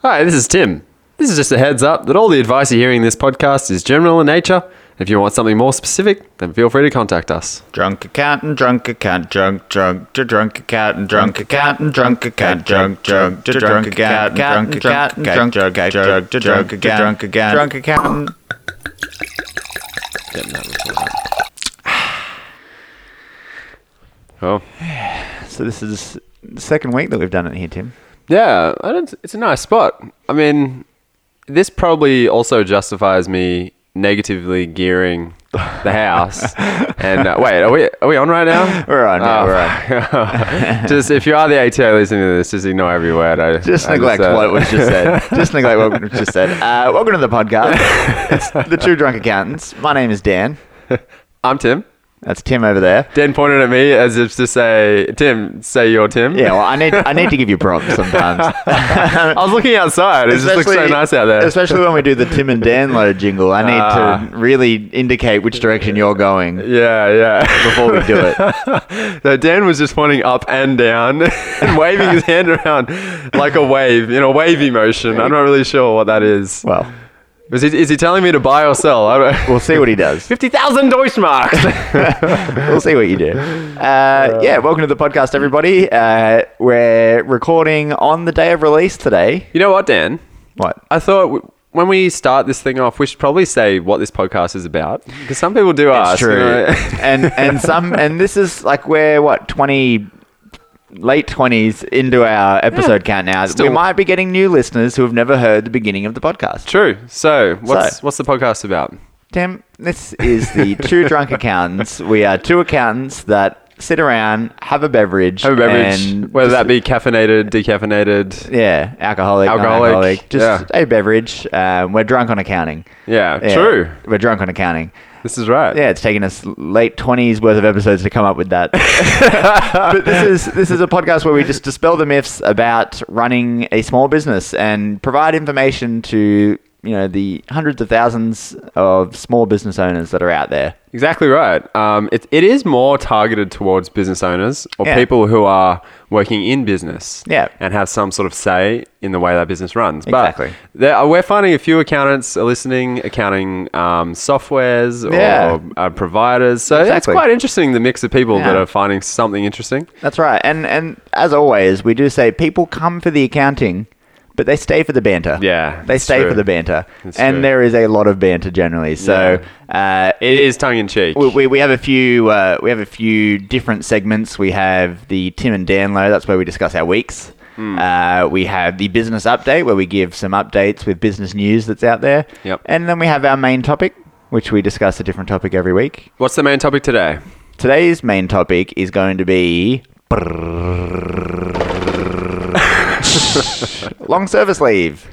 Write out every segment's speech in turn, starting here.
Hi, this is Tim. This is just a heads up that all the advice you're hearing in this podcast is general in nature. If you want something more specific, then feel free to contact us. Drunk accountant, drunk accountant, drunk, drunk, to drunk accountant, drunk accountant, drunk accountant, drunk, drunk, to drunk accountant, drunk accountant, drunk, drunk, drunk, to drunk again, drunk again, drunk accountant. Oh, So this is the second week that we've done it here, Tim. yeah, I don't, it's a nice spot. I mean, this probably also justifies me negatively gearing the house. and uh, wait, are we are we on right now? We're on, yeah, Oh, we're on. fuck. just if you are the ATO listening to this, just ignore every word. I Just I uh, neglect said. what was just said. Just neglect what was just said. Uh, welcome to the podcast. It's the Two Drunk Accountants. My name is Dan. I'm Tim. That's Tim over there. Dan pointed at me as if to say, "Tim, say you're Tim." Yeah, well, I need I need to give you props sometimes. I was looking outside. It just looks so Especially- nice out there. Especially when we do the Tim and Dan load jingle. I need Ah. to really indicate which direction you're going Yeah, yeah. before we do it. So Dan was just pointing up and down and waving his hand around like a wave in a wavy motion. I'm not really sure what that is. Well, Was he, is he telling me to buy or sell? I don't we'll see what he does. Fifty thousand Deutschmarks. We'll see what you do. Ah. Uh, yeah, welcome to the podcast, everybody. Uh, we're recording on the day of release today. you know what, Dan? What? I thought w- when we start this thing off, we should probably say what this podcast is about because some people do ask. It's you true. know? and and some and this is like we're what twenty. Late twenties into our episode count now. Still- We might be getting new listeners who have never heard the beginning of the podcast. true. So, what's So- what's the podcast about? Tim, this is the Two Drunk Accountants. We are two accountants that sit around, have a beverage, Have a beverage, and whether just- that be caffeinated, decaffeinated. yeah, alcoholic, Alcoholic, alcoholic, just a beverage. Um, we're drunk on accounting. Yeah, Yeah, true. We're drunk on accounting. This is right. Yeah, it's taken us late twenties worth of episodes to come up with that. but this is this is a podcast where we just dispel the myths about running a small business and provide information to you know the hundreds of thousands of small business owners that are out there. Exactly right. Um, it, it is more targeted towards business owners or Yeah. people who are working in business Yeah. and have some sort of say in the way that business runs. Exactly. But there, are- we're finding a few accountants are listening, accounting um, softwares or, Yeah. uh, providers. So it's Exactly. quite interesting the mix of people that Yeah. are finding something interesting. That's right. And and as always, we do say people come for the accounting, but they stay for the banter. Yeah, They it's stay true. for the banter. It's and true. there is a lot of banter generally. So uh, It is tongue in cheek. we, we, we have a few uh, we have a few different segments. We have the Tim and Dan low. That's where we discuss our weeks. Uh, we have the business update where we give some updates with business news that's out there. Yep. And then we have our main topic, which we discuss a different topic every week. What's the main topic today? Today's main topic is going to be long service leave.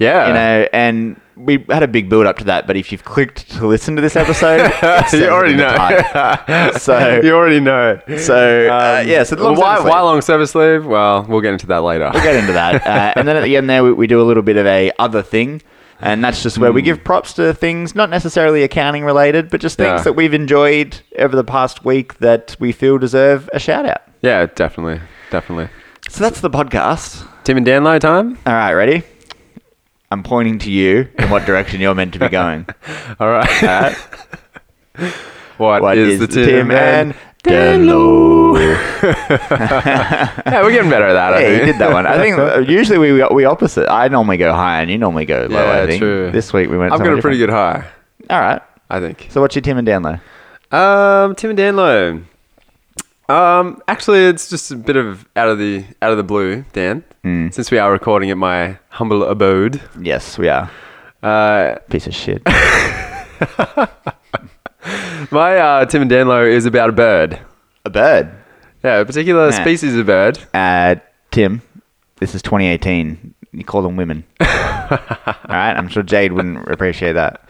Yeah. You know, and we had a big build up to that, but if you've clicked to listen to this episode, it says it you already in the know. title. So- you already know. So, uh, yeah, so the long Um, why, service why leave. long service leave? Well, we'll get into that later. We'll get into that. Uh, and then at the end there, we, we do a little bit of a other thing. And that's just where Hmm. we give props to things, not necessarily accounting related, but just things Yeah. that we've enjoyed over the past week that we feel deserve a shout out. yeah, definitely, definitely. So that's the podcast. Tim and Dan low time. All right, ready? I'm pointing to you in what direction you're meant to be going. All right. Uh, what is, the Tim, and Dan Danlo? Yeah, we're getting better at that. I Yeah, you think. did that one. I think uh, usually we we opposite. I normally go high and you normally go low. Yeah, I think true. this week we went. I've got a pretty good high. good. All right. I think. So what's your Tim and Dan low? Um, Tim and Dan low. Um, actually, it's just a bit of out of the out of the blue, Dan. Hmm. Since we are recording at my humble abode. Yes, we are Uh, piece of shit. my uh, Tim and Dan low is about a bird. a bird. Yeah, a particular Yeah. species of bird. Uh, Tim, this is 2018. You call them women. All right. I'm sure Jade wouldn't appreciate that.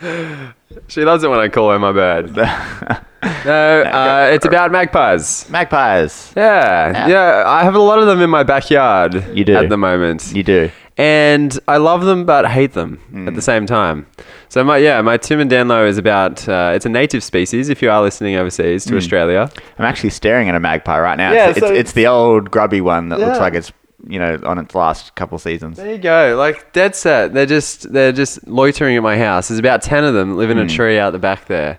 She loves it when I call her my bird. No, uh, it's about magpies. Magpies. Yeah, yeah. I have a lot of them in my backyard. You do. at the moment, You Hmm. do. and I love them but hate them at the same time. So my yeah, my Tim and Danlo is about. Uh, it's a native species. If you are listening overseas Hmm. to Australia, I'm actually staring at a magpie right now. Yeah, it's, so- it's, it's the old grubby one that looks Yeah. like it's you know, on its last couple seasons. There you go. Like dead set. They're just they're just loitering at my house. There's about ten of them that live Hmm. in a tree out the back there.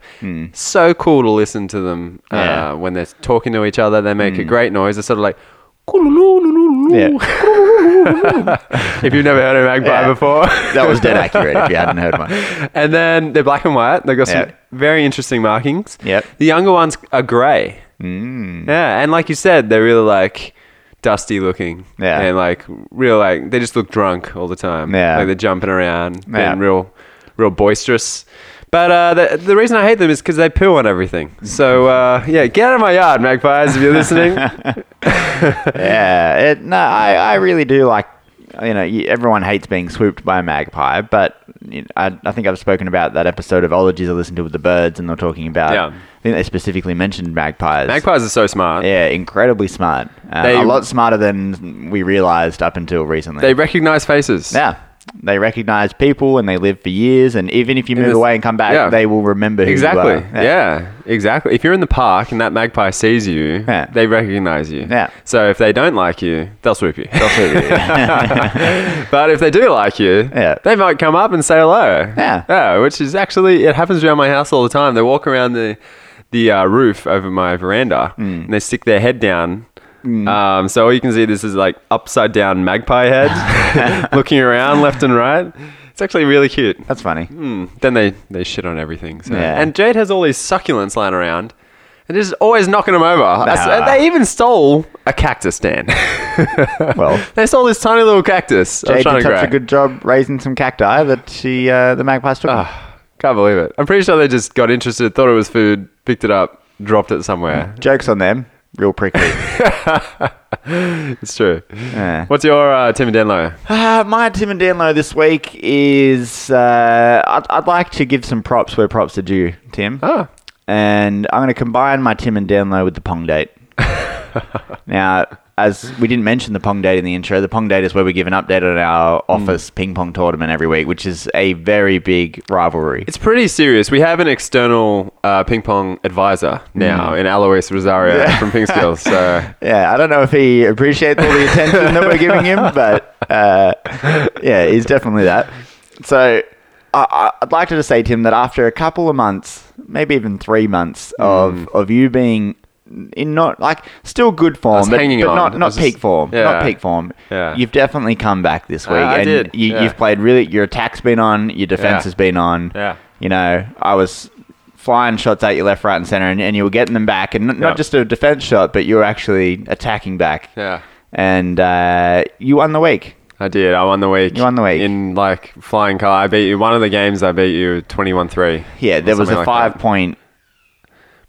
So cool to listen to them uh, Yeah. Hmm. when they're talking to each other. They make a great noise. They're sort of like. if you've never heard a magpie Yeah. before, That was dead accurate if you hadn't heard one. and then they're black and white. They've got some Yeah. very interesting markings. Yep. The younger ones are grey. Mm. Yeah, and like you said, they're really like dusty looking. Yeah. And like real like they just look drunk all the time. Yeah. Like they're jumping around Yeah. and real real boisterous. But uh, the, the reason I hate them is because they poo on everything. So uh, yeah, get out of my yard, magpies, if you're listening. yeah, it, no, I, I really do like. You know, you- everyone hates being swooped by a magpie, but you know, I, I think I've spoken about that episode of Ologies I listened to with the birds, and they're talking about. Yeah. I think they specifically mentioned magpies. magpies are so smart. Yeah, incredibly smart. Uh, They- a lot smarter than we realized up until recently. They recognize faces. yeah. They recognize people and they live for years, and even if you move this- away and come back, yeah. they will remember who Exactly. you Yeah. are. exactly. If you're in the park and that magpie sees you, Yeah. they recognize you. Yeah. So if they don't like you, they'll swoop you. but if they do like you, Yeah. they might come up and say hello. Yeah. Yeah, which is actually it happens around my house all the time. They walk around the the uh, roof over my veranda and they stick their head down. Um, so all you can see this is like upside down magpie head looking around left and right. It's actually really cute. That's funny. Mm, then they, they shit on everything. So. Yeah. And Jade has all these succulents lying around and just always knocking them over. I s- Nah. they even stole a cactus stand. Well, they stole this tiny little cactus. I was Jade trying did to such a grab. good job raising some cacti that she, uh, the magpies took. them. Ah, can't believe it. I'm pretty sure they just got interested, thought it was food, picked it up, dropped it somewhere. Jokes on them. Real prickly. It's true. Yeah. What's your uh, Tim and Denlow? Uh, my Tim and Danlow this week is uh, I'd, I'd like to give some props where props are due, Tim. Ah. And I'm going to combine my Tim and Danlow with the Pong date. now, as we didn't mention the Pong date in the intro, the Pong date is where we give an update on our office ping pong tournament every week, which is a very big rivalry. It's pretty serious. We have an external uh, ping pong advisor now Hmm. in Alois Rosario from Ping Skills. So Yeah, I don't know if he appreciates all the attention that we're giving him, but uh, yeah, he's definitely that. So I- I, I'd like to just say, Tim, that after a couple of months, maybe even three months Hmm. of of you being in not like still good form, was but, hanging but on. not I not was peak just- form, yeah. not peak form. Yeah. Ah, You've definitely come back this week, I and did, You, yeah. you've played really. Your attack's been on, your defense Yeah. has been on. Yeah. You know, I was flying shots at you left, right, and center, and, and you were getting them back, and n- Yeah. not just a defense shot, but you were actually attacking back. Yeah. And uh, you won the week. I did. I won the week. You won the week. In like flying car. I beat you. One of the games I beat you 21 3. Yeah, there was a five point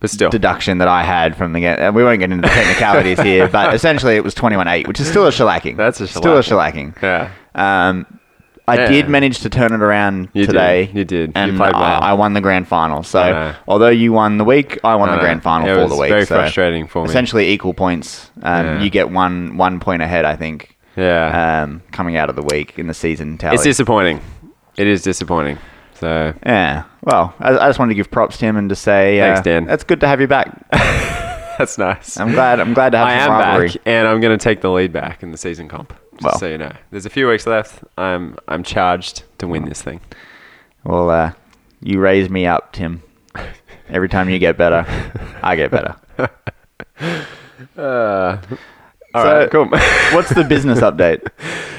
But still. deduction that I had from the game. And we won't get into the technicalities here, but essentially it was 21 8, which is still a shellacking. That's a Still a shellacking. Yeah. Um, I Yeah. did manage to turn it around You did. today. You did. You And played well. I, I won the grand final. So, I know. although you won the week, I won I the know. grand final It for was the week. very so frustrating for me. Essentially equal points. Um, Yeah. You get one one point ahead, I think, Yeah. um, coming out of the week in the season tally. it's disappointing. It is disappointing. So, yeah. Well, I, I just wanted to give props to him and to say, Thanks, uh, Dan. It's good to have you back. that's nice. I'm glad. I'm glad to have I am some rivalry. back, and I'm going to take the lead back in the season comp. Just Well. so you know. There's a few weeks left. I'm, I'm charged to win this thing. Well, uh, you raise me up, Tim. Every time you get better, I get better. Uh, all So- right, cool. What's the business update?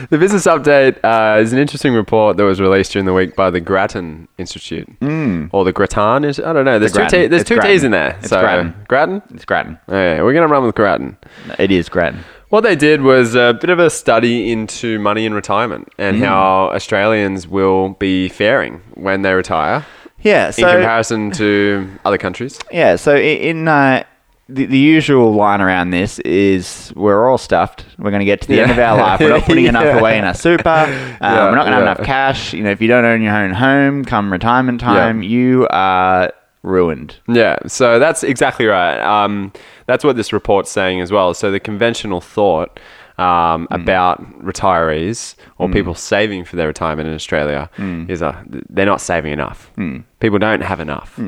The business update uh, is an interesting report that was released during the week by the Grattan Institute, mm. or the Grattan. Is I don't know. There's two Hmm. Grattan. t- there's It's two Grattan. T's in there. It's so Grattan. Grattan. It's Grattan. Okay, we're gonna run with Grattan. It is Grattan. What they did was a bit of a study into money in retirement and how Australians will be faring when they retire Yeah. So in comparison to other countries. yeah. So i- in uh, the, the usual line around this is we're all stuffed. We're going to get to the end of our life. We're not putting Yeah. enough away in our super. Um, Yeah, we're not going to have yeah. enough cash. You know, if you don't own your own home, come retirement time, you are ruined. Yeah, so that's exactly right. Um, that's what this report's saying as well. So the conventional thought um, about retirees or people saving for their retirement in Australia is uh, they're not saving enough. People don't have enough,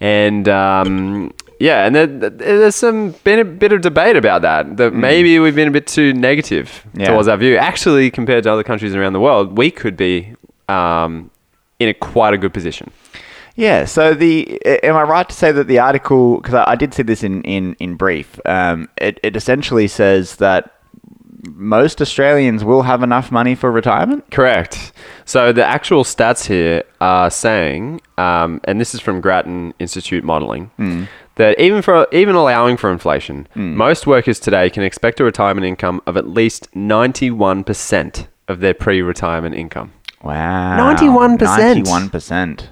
and um, yeah, and there, there's some been a bit of debate about that. That maybe we've been a bit too negative Yeah. towards our view. Actually, compared to other countries around the world, we could be um, in a quite a good position. Yeah. So the a- am I right to say that the article because I, I did see this in in in brief. Um, it it essentially says that most Australians will have enough money for retirement. Correct. So the actual stats here are saying, um, and this is from Grattan Institute modelling, that even for even allowing for inflation, most workers today can expect a retirement income of at least ninety one percent of their pre retirement income. Wow. 91%. Ninety one percent.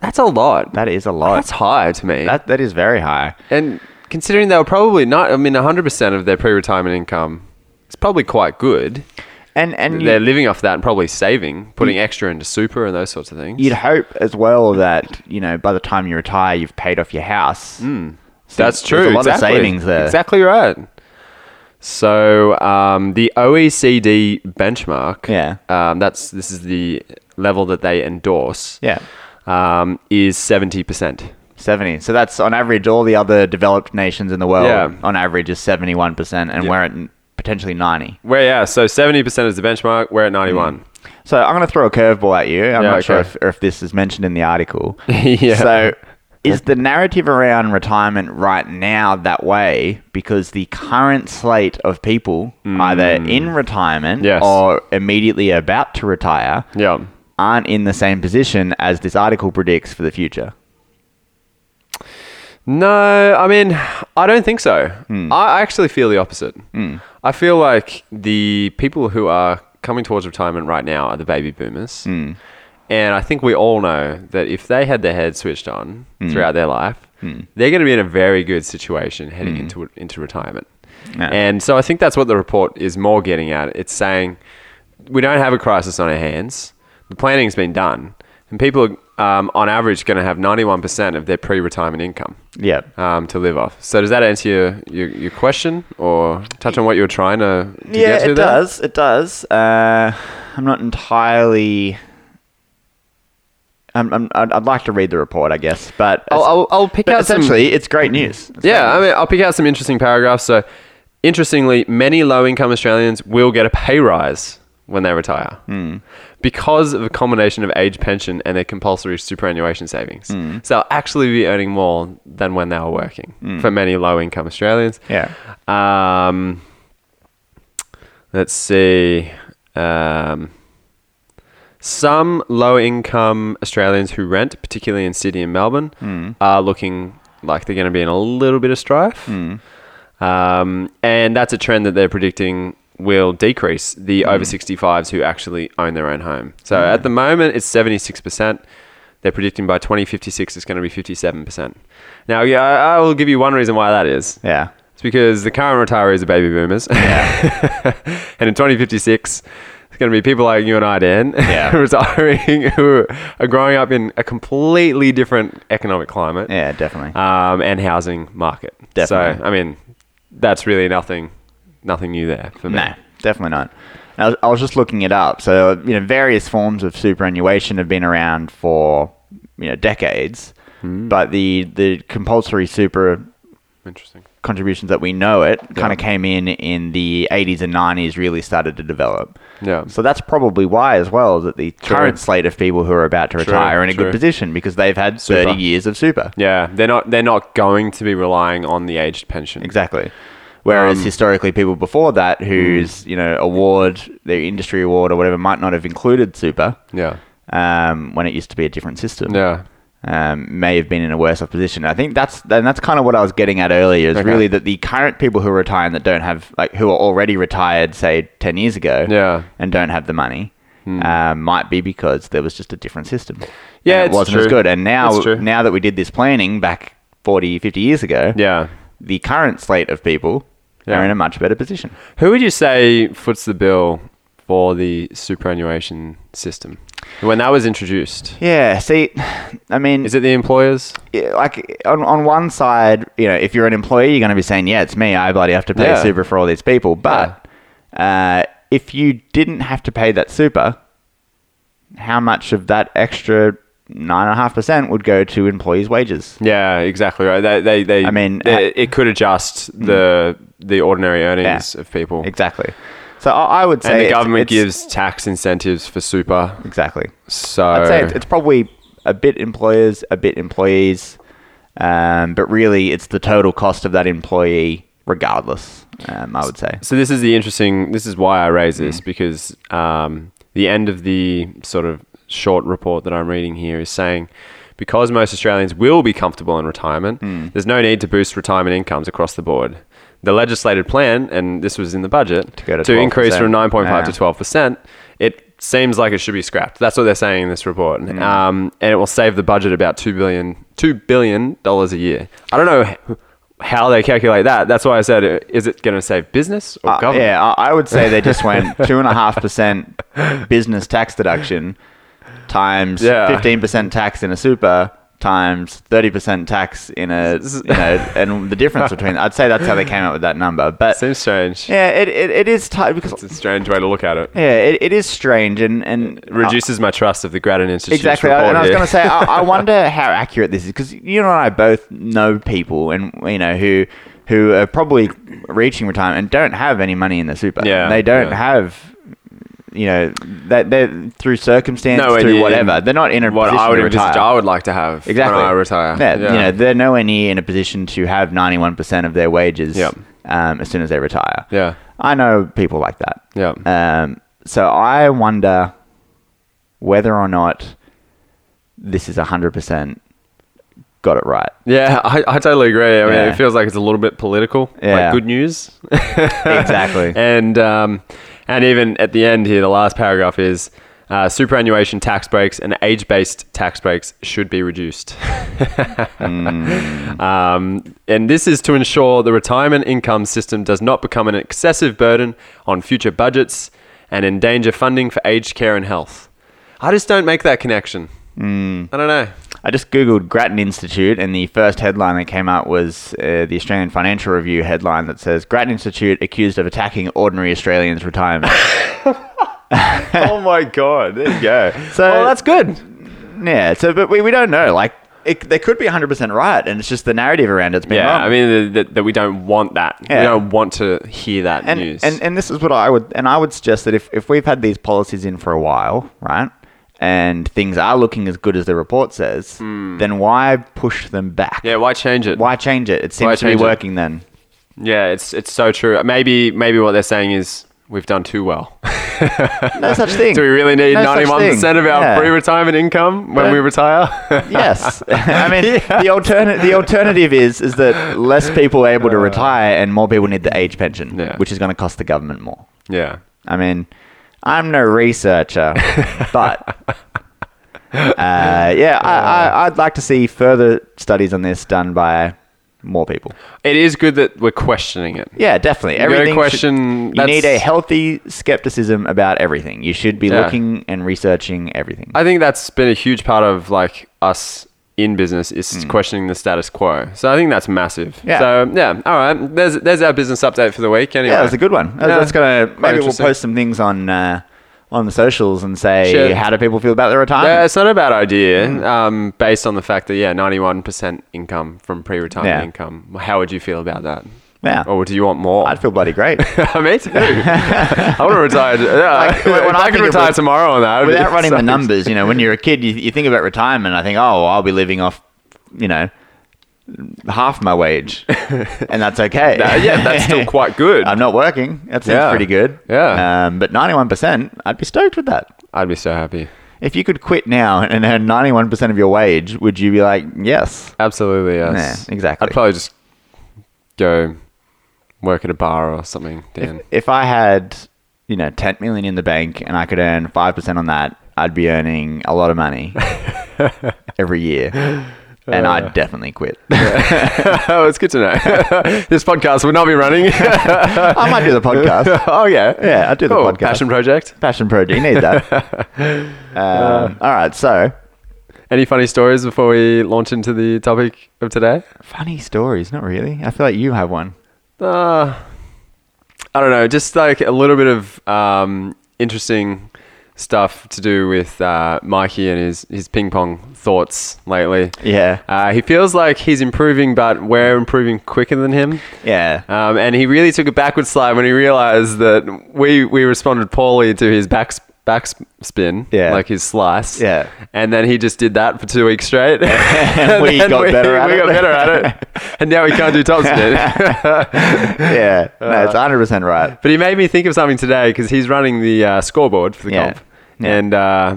That's a lot. That is a lot. That's high to me. that that is very high. and considering they were probably not, I mean, 100% of their pre retirement income is probably quite good. And and you- They're living off that and probably saving, putting extra into super and those sorts of things. you'd hope as well that you know by the time you retire you've paid off your house So Hmm. That's true. there's a lot of savings there Exactly right. So um, the OECD benchmark, Yeah. um, that's this is the level that they endorse, yeah um, is seventy percent. 70 so that's on average all the other developed nations in the world Yeah. on average is 71% and we're at n- potentially 90 Where yeah, so seventy percent is the benchmark. We're at ninety-one. so i'm going to throw a curveball at you i'm Yeah, not sure okay. if, if this is mentioned in the article Yeah. so is the narrative around retirement right now that way because the current slate of people either in retirement Mm. Yes. or immediately about to retire Mm. Yeah. aren't in the same position as this article predicts for the future. No, I mean, I don't think so. I I actually feel the opposite. I feel like the people who are coming towards retirement right now are the baby boomers. And I think we all know that if they had their head switched on throughout their life, they're going to be in a very good situation heading into into retirement. Yeah. And so I think that's what the report is more getting at. It's saying we don't have a crisis on our hands. The planning's been done, and people are, um, on average, going to have ninety-one percent of their pre-retirement income Yeah. um, to live off. So does that answer your, your, your question or touch on what you were trying to, to yeah, get to it there? does. It does. Uh, I'm not entirely. I'm, I'm, I'd, I'd like to read the report, I guess, but I'll, I'll, I'll pick but out some... essentially it's great news. It's Yeah, I mean, I'll pick out some interesting paragraphs. So, interestingly, many low-income Australians will get a pay rise when they retire because of a combination of age pension and their compulsory superannuation savings. So, they'll actually be earning more than when they were working for many low-income Australians. great. Yeah. Um, let's see. Um, some low income Australians who rent, particularly in Sydney and Melbourne, are looking like they're going to be in a little bit of strife. Um, and that's a trend that they're predicting will decrease the over 65s who actually own their own home. So at the moment, it's 76%. They're predicting by 2056, it's going to be 57%. Now, yeah, I, I will give you one reason why that is. Yeah. It's because the current retirees are baby boomers. and in 2056, it's going to be people like you and I, Dan, Yeah. retiring who are growing up in a completely different economic climate Yeah, definitely. um, and housing market. Definitely. So, I mean, that's really nothing nothing new there for me. No, definitely not. I was, I was just looking it up. So, you know, various forms of superannuation have been around for, you know, decades. Hmm. But the, the compulsory super Interesting. contributions that we know it kind of came in in the 80s and 90s, really started to develop. Yeah. So that's probably why, as well, that the True. current slate of people who are about to retire are in a true. good position because they've had 30 Super. years of super. Yeah, they're not they're not going to be relying on the aged pension. Exactly. Whereas Um, mm. historically, people before that, whose you know award, their industry award or whatever, might not have included super, Yeah. um, when it used to be a different system, Yeah. um, may have been in a worse off position. I think that's and that's kind of what I was getting at earlier is Okay. really that the current people who are retiring that don't have like who are already retired, say ten years ago, Yeah. Hmm. and don't have the money. Um, might be because there was just a different system. Yeah, And it it's wasn't as true. good. And now, It's true. now that we did this planning back 40, 50 years ago, Yeah. the current slate of people Yeah. are in a much better position. Who would you say foots the bill for the superannuation system when that was introduced? Yeah, see, I mean, Is it the employers? yeah, like on, on one side, you know, if you're an employee, you're going to be saying, yeah, it's me. I bloody have to pay Yeah. super for all these people. But uh, if you didn't have to pay that super, how much of that extra nine and a half percent would go to employees' wages. Yeah, exactly right. They, they, they I mean, they- ha- Mm. it could adjust the the ordinary earnings Yeah. of people. Exactly. So I, I would say And the it's- government it's- gives tax incentives for super. exactly. So I'd say it's, it's probably a bit employers, a bit employees, um, but really it's the total cost of that employee, regardless. Um, I would say. So this is the interesting. This is why I raise this because um, the end of the sort of short report that I'm reading here is saying because most Australians will be comfortable in retirement, there's no need to boost retirement incomes across the board. The legislated plan, and this was in the budget, to, go to increase from 12%. 9.5 to Yeah. 12 percent. It seems like it should be scrapped. That's what they're saying in this report, Mm. um, and it will save the budget about two billion two billion dollars a year. I don't know. h- How they calculate that? That's why I said, uh, is it going to save business or Uh, government? yeah, I, I would say they just went two and a half percent business tax deduction times Yeah. fifteen percent tax in a super times thirty percent tax in a you know, and the difference between I'd say that's how they came up with that number. But Seems strange. yeah, it, it, it is tight because It's a strange way to look at it. yeah, it, it is strange and and Reduces my trust of the Grattan Institute. Exactly, I- and I was going to say, I, I wonder how accurate this is because you and I both know people, and you know who who are probably reaching retirement and don't have any money in the super. Yeah, they don't yeah. have, you know, that they're through circumstance, No, through and- whatever. They're not in a what position I would to retire. envisage, I would like to have exactly, when I retire. Yeah, you know, they're nowhere near in a position to have ninety one percent of their wages Yep. um, as soon as they retire. yeah, I know people like that. yeah. Um, so I wonder whether or not this is 100% got it right. Yeah, I, I totally agree. I mean, Yeah. it feels like it's a little bit political, Yeah. like good news. Exactly. and um, and even at the end here, the last paragraph is uh, superannuation tax breaks and age-based tax breaks should be reduced. Hmm. um, and this is to ensure the retirement income system does not become an excessive burden on future budgets and endanger funding for aged care and health. I just don't make that connection. Hmm. I don't know. I just Googled Grattan Institute, and the first headline that came out was uh, the Australian Financial Review headline that says Grattan Institute accused of attacking ordinary Australians' retirement. oh my god! There you go. So- well, that's good. yeah, so, but we, we don't know. Like, it, they could be 100% right, and it's just the narrative around it's been Yeah, wrong. I mean that- that that we don't want that. Yeah. We don't want to hear that and, news. And and this is what I would and I would suggest that if, if we've had these policies in for a while, right? And things are looking as good as the report says, then why push them back? Hmm. yeah, why change it? Why change it? It Why seems to be change it? working then. Yeah, it's it's so true. Maybe maybe what they're saying is we've done too well. No such thing. Do we really need No such ninety one percent of thing. our Yeah. pre-retirement income when we Don't- retire? Yes. I mean the alternate the alternative is is that less people are able to retire and more people need the age pension, Uh. Yeah. which is gonna cost the government more. yeah. I mean, I'm no researcher, but uh, yeah, I, I, I'd like to see further studies on this done by more people. It is good that we're questioning it. Yeah, definitely. gotta Everything should- question- you that's- need a healthy skepticism about everything. You should be Yeah. looking and researching everything. I think that's been a huge part of like us in business is questioning the status quo. So I think that's massive. Hmm. Yeah. So yeah, all right. There's there's our business update for the week. Anyway, yeah, that's a good one. That's- Yeah. that's gonna Quite maybe we'll interesting. post some things on uh, on the socials and say Sure. how do people feel about their retirement. Yeah, Uh, it's not a bad idea. Mm-hmm. Um, based on the fact that yeah, ninety-one percent income from pre-retirement Yeah. income. How would you feel about that? Yeah. Oh, Or do you want more? I'd feel bloody great. Me too. I want to retire. Yeah. Like, when- when if I I, could think of retire it- tomorrow on that. I'd be without running so- the numbers, you know, when you're a kid, you, you think about retirement. I think, oh, well, I'll be living off, you know, half my wage, and that's okay. Uh, yeah, that's still quite good. I'm not working. That seems Yeah. pretty good. Yeah. Um, but 91%, I'd be stoked with that. I'd be so happy. If you could quit now and earn 91% of your wage, would you be like, yes? Absolutely yes. Yeah, exactly. I'd probably just go work at a bar or something. Dan. If I had, you know, 10 million in the bank and I could earn 5% on that, I'd be earning a lot of money every year. And I'd definitely quit. oh, it's good to know. this podcast would not be running. I might do the podcast. oh yeah, Yeah, I do the Cool. podcast. Passion project. Passion project. You need that. um, all right. So Any funny stories before we launch into the topic of today? funny stories. Not really. I feel like you have one. Uh, I don't know. Just like a little bit of um, interesting stuff to do with uh, Mikey and his, his ping pong thoughts lately. Yeah. Uh, he feels like he's improving, but we're improving quicker than him. Yeah. Um, and he really took a backward slide when he realized that we we responded poorly to his back backspin, Yeah. like his slice. Yeah. And then he just did that for two weeks straight. And we then got better at we it. got better at it. And now he can't do topspin. yeah. No, it's 100% right. but he made me think of something today because he's running the uh, scoreboard for the Yeah. comp. Yeah. And uh,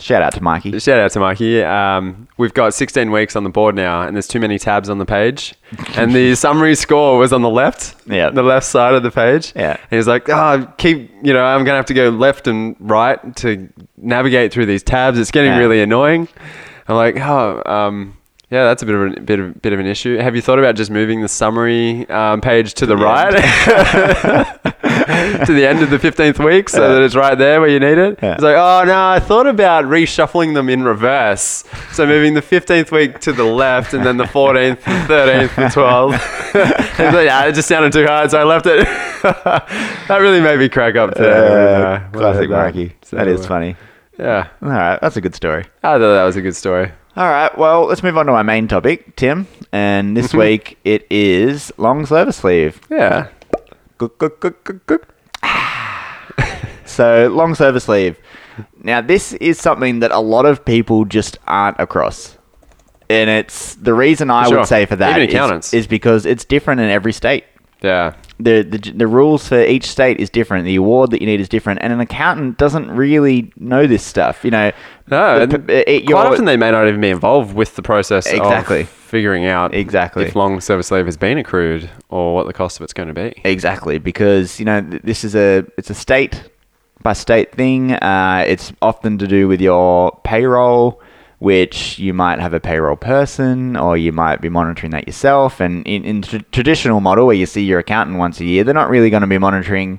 Shout out to Mikey. shout out to Mikey. Um, we've got 16 weeks on the board now, and there's too many tabs on the page. And the summary score was on the left, Yeah. the left side of the page. Yeah. And he's like, oh, keep, you know, I'm going to have to go left and right to navigate through these tabs. It's getting Yeah. really annoying. I'm like, oh, um, yeah, that's a bit of a bit of, bit of an issue. Have you thought about just moving the summary um, page to the right, to the end of the fifteenth week, so that it's right there where you need it? Yeah. He's like, oh no, I thought about reshuffling them in reverse, so moving the fifteenth week to the left, and then the fourteenth, thirteenth, the twelfth. He's like, yeah, it just sounded too hard, so I left it. that really made me crack up today. when, uh, Uh, when I heard classic that. Mikey. So, that is uh, funny. Yeah, All right. That's a good story. I thought that was a good story. All right. Well, let's move on to our main topic, Tim. And this week it is long service sleeve. Yeah. Good, good, good, good, good. So, long service leave. Now, this is something that a lot of people just aren't across. And it's the reason I Sure. would say for that Even is, accountants. is because it's different in every state. Yeah. The, the, the rules for each state is different. The award that you need is different. And an accountant doesn't really know this stuff. You know, No, The- and p- uh, it- quite your- often they may not even be involved with the process Exactly. of figuring out Exactly. if long service leave has been accrued or what the cost of it's going to E- be. Exactly, because you know th- this is a it's a state by state thing. Uh, it's often to do with your payroll, which you might have a payroll person, or you might be monitoring that yourself. And in, in tr- traditional model where you see your accountant once a year, they're not really going to be monitoring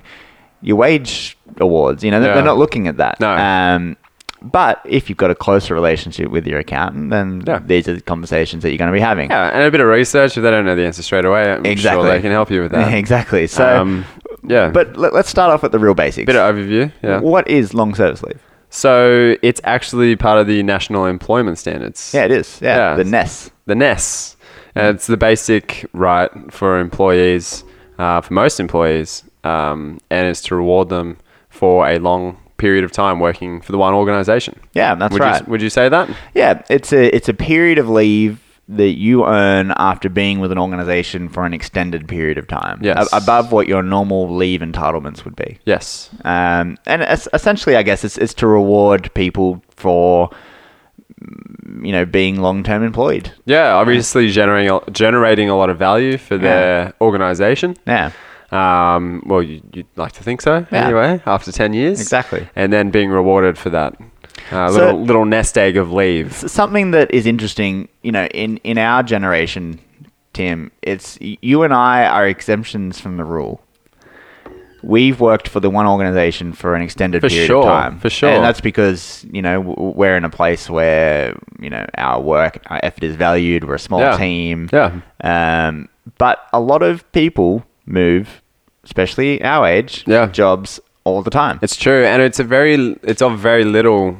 your wage awards. You know, they're, they're Yeah. not looking at that. No. Um, but if you've got a closer relationship with your accountant, then Yeah. these are the conversations that you're going to be having. Yeah, and a bit of research. If they don't know the answer straight away, I'm Exactly. sure they can help you with that. exactly. So. Um, yeah. But let, us start off at the real basics. bit of overview. Yeah. What is long service leave? So it's actually part of the national employment standards. Yeah, it is. Yeah. Yeah, the E NES. the NES. Mm-hmm. And it's the basic right for employees, uh, for most employees, um, and it's to reward them for a long period of time working for the one organization. Yeah, that's would right. You, would you say that? Yeah, it's a it's a period of leave that you earn after being with an organization for an extended period of time. Yes. a- above what your normal leave entitlements would be. Yes. Um, and es- essentially, I guess it's, it's to reward people for mm, you know being long term employed. Yeah, obviously generating a- generating a lot of value for their organization. Yeah. Um, well, you, you'd like to think so. Yeah. Anyway, after ten years, Exactly. and then being rewarded for that uh, So- little little nest egg of leave. S- something that is interesting, you know, in, in our generation, Tim, it's y- you and I are exemptions from the rule. We've worked for the one organization for an extended For period sure, of time. for sure. And that's because, you know, w- we're in a place where, you know, our work, our effort is valued. We're a small Yeah. team. Yeah. Um, but a lot of people move, especially our age, Yeah. jobs all the time. It's true, and it's a very it's of very little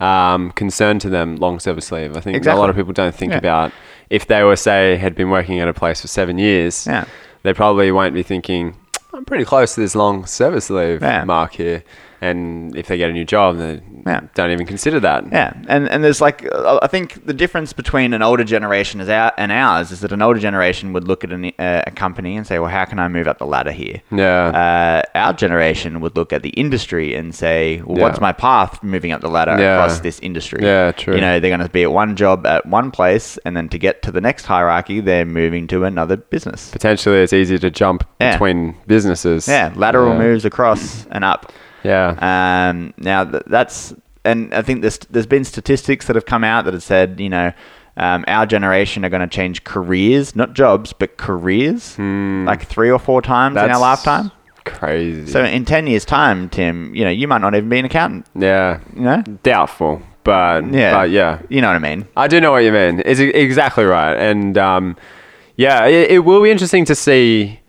um, concern to them. Long service leave. I think a Hmm. Exactly. lot of people don't think Yeah. about if they were say had been working at a place for seven years. Yeah. they probably won't be thinking. I'm pretty close to this long service leave Yeah. mark here, and if they get a new job, they Yeah. don't even consider that. Yeah, and and there's like uh, I think the difference between an older generation is our, and ours is that an older generation would look at an, uh, a company and say, well, how can I move up the ladder here? Yeah. Uh, our generation would look at the industry and say, well, Yeah. what's my path for moving up the ladder Yeah. across this industry? Yeah, true. You know, they're going to be at one job at one place, and then to get to the next hierarchy, they're moving to another business. Potentially, it's easier to jump Yeah. between businesses. Yeah, lateral Yeah. moves across and up. Yeah. Um, now th- that's and I think there's there's been statistics that have come out that have said you know um, our generation are going to change careers, not jobs, but careers Hmm. like three or four times in our lifetime. Crazy. So in ten years' time, Tim, you know you might not even be an accountant. yeah. You know, Doubtful, but yeah, but yeah. you know what I mean. I do know what you mean. It's e- exactly right, and um, yeah, it, it will be interesting to see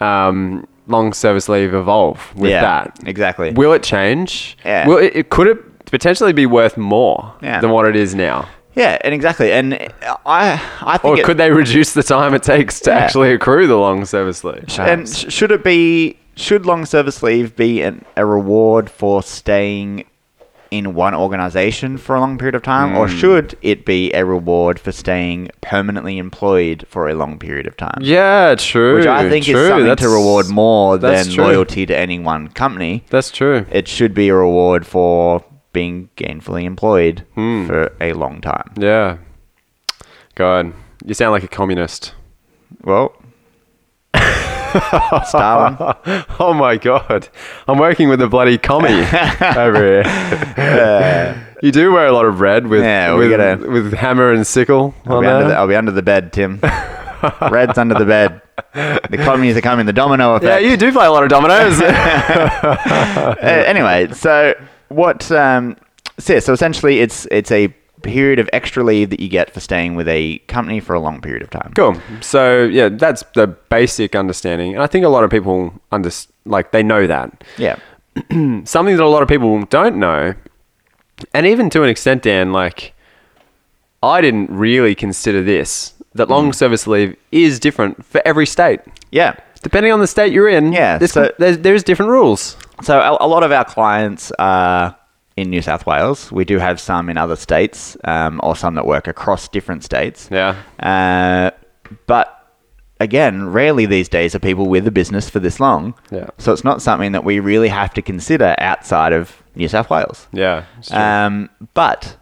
um, long service leave evolve with yeah, that? exactly. Will it change? Yeah. Will it, it- could it potentially be worth more Yeah. than what it is now? yeah, and exactly. And I, I Or think it- could they reduce the time it takes to Yeah. actually accrue the long service leave? And sh- should it be should long service leave be an, a reward for staying in one organization for a long period of time, Hmm. or should it be a reward for staying permanently employed for a long period of time? yeah, true. Which I think true. is something to That's- reward more that's than true. loyalty to any one company. That's true. It should be a reward for being gainfully employed Hmm. for a long time. Yeah. God, you sound like a communist. Well, Stalin. Oh my god, I'm working with a bloody commie over here. you do wear a lot of red with Yeah, we with, gotta- with hammer and sickle I'll on be, under the, there. I'll be under the bed, Tim. Red's under the bed. The commies are coming. The domino Yeah, effect. you do play a lot of dominoes. Uh, anyway, so what? Um, so, yeah, so essentially, it's it's a period of extra leave that you get for staying with a company for a long period of time. cool. So yeah, that's the basic understanding, and I think a lot of people under like they know that. Yeah. something that a lot of people don't know, and even to an extent, Dan, like I didn't really consider this that Mm. long service leave is different for every state. Yeah. Depending on the state you're in, Yeah, there's, so- there's, there's different rules. So a, a lot of our clients are in New South Wales. We do have some in other states, um, or some that work across different states. Yeah. Uh, but again, rarely these days are people with a business for this long. Yeah. So it's not something that we really have to consider outside of New South Wales. Yeah. Um, but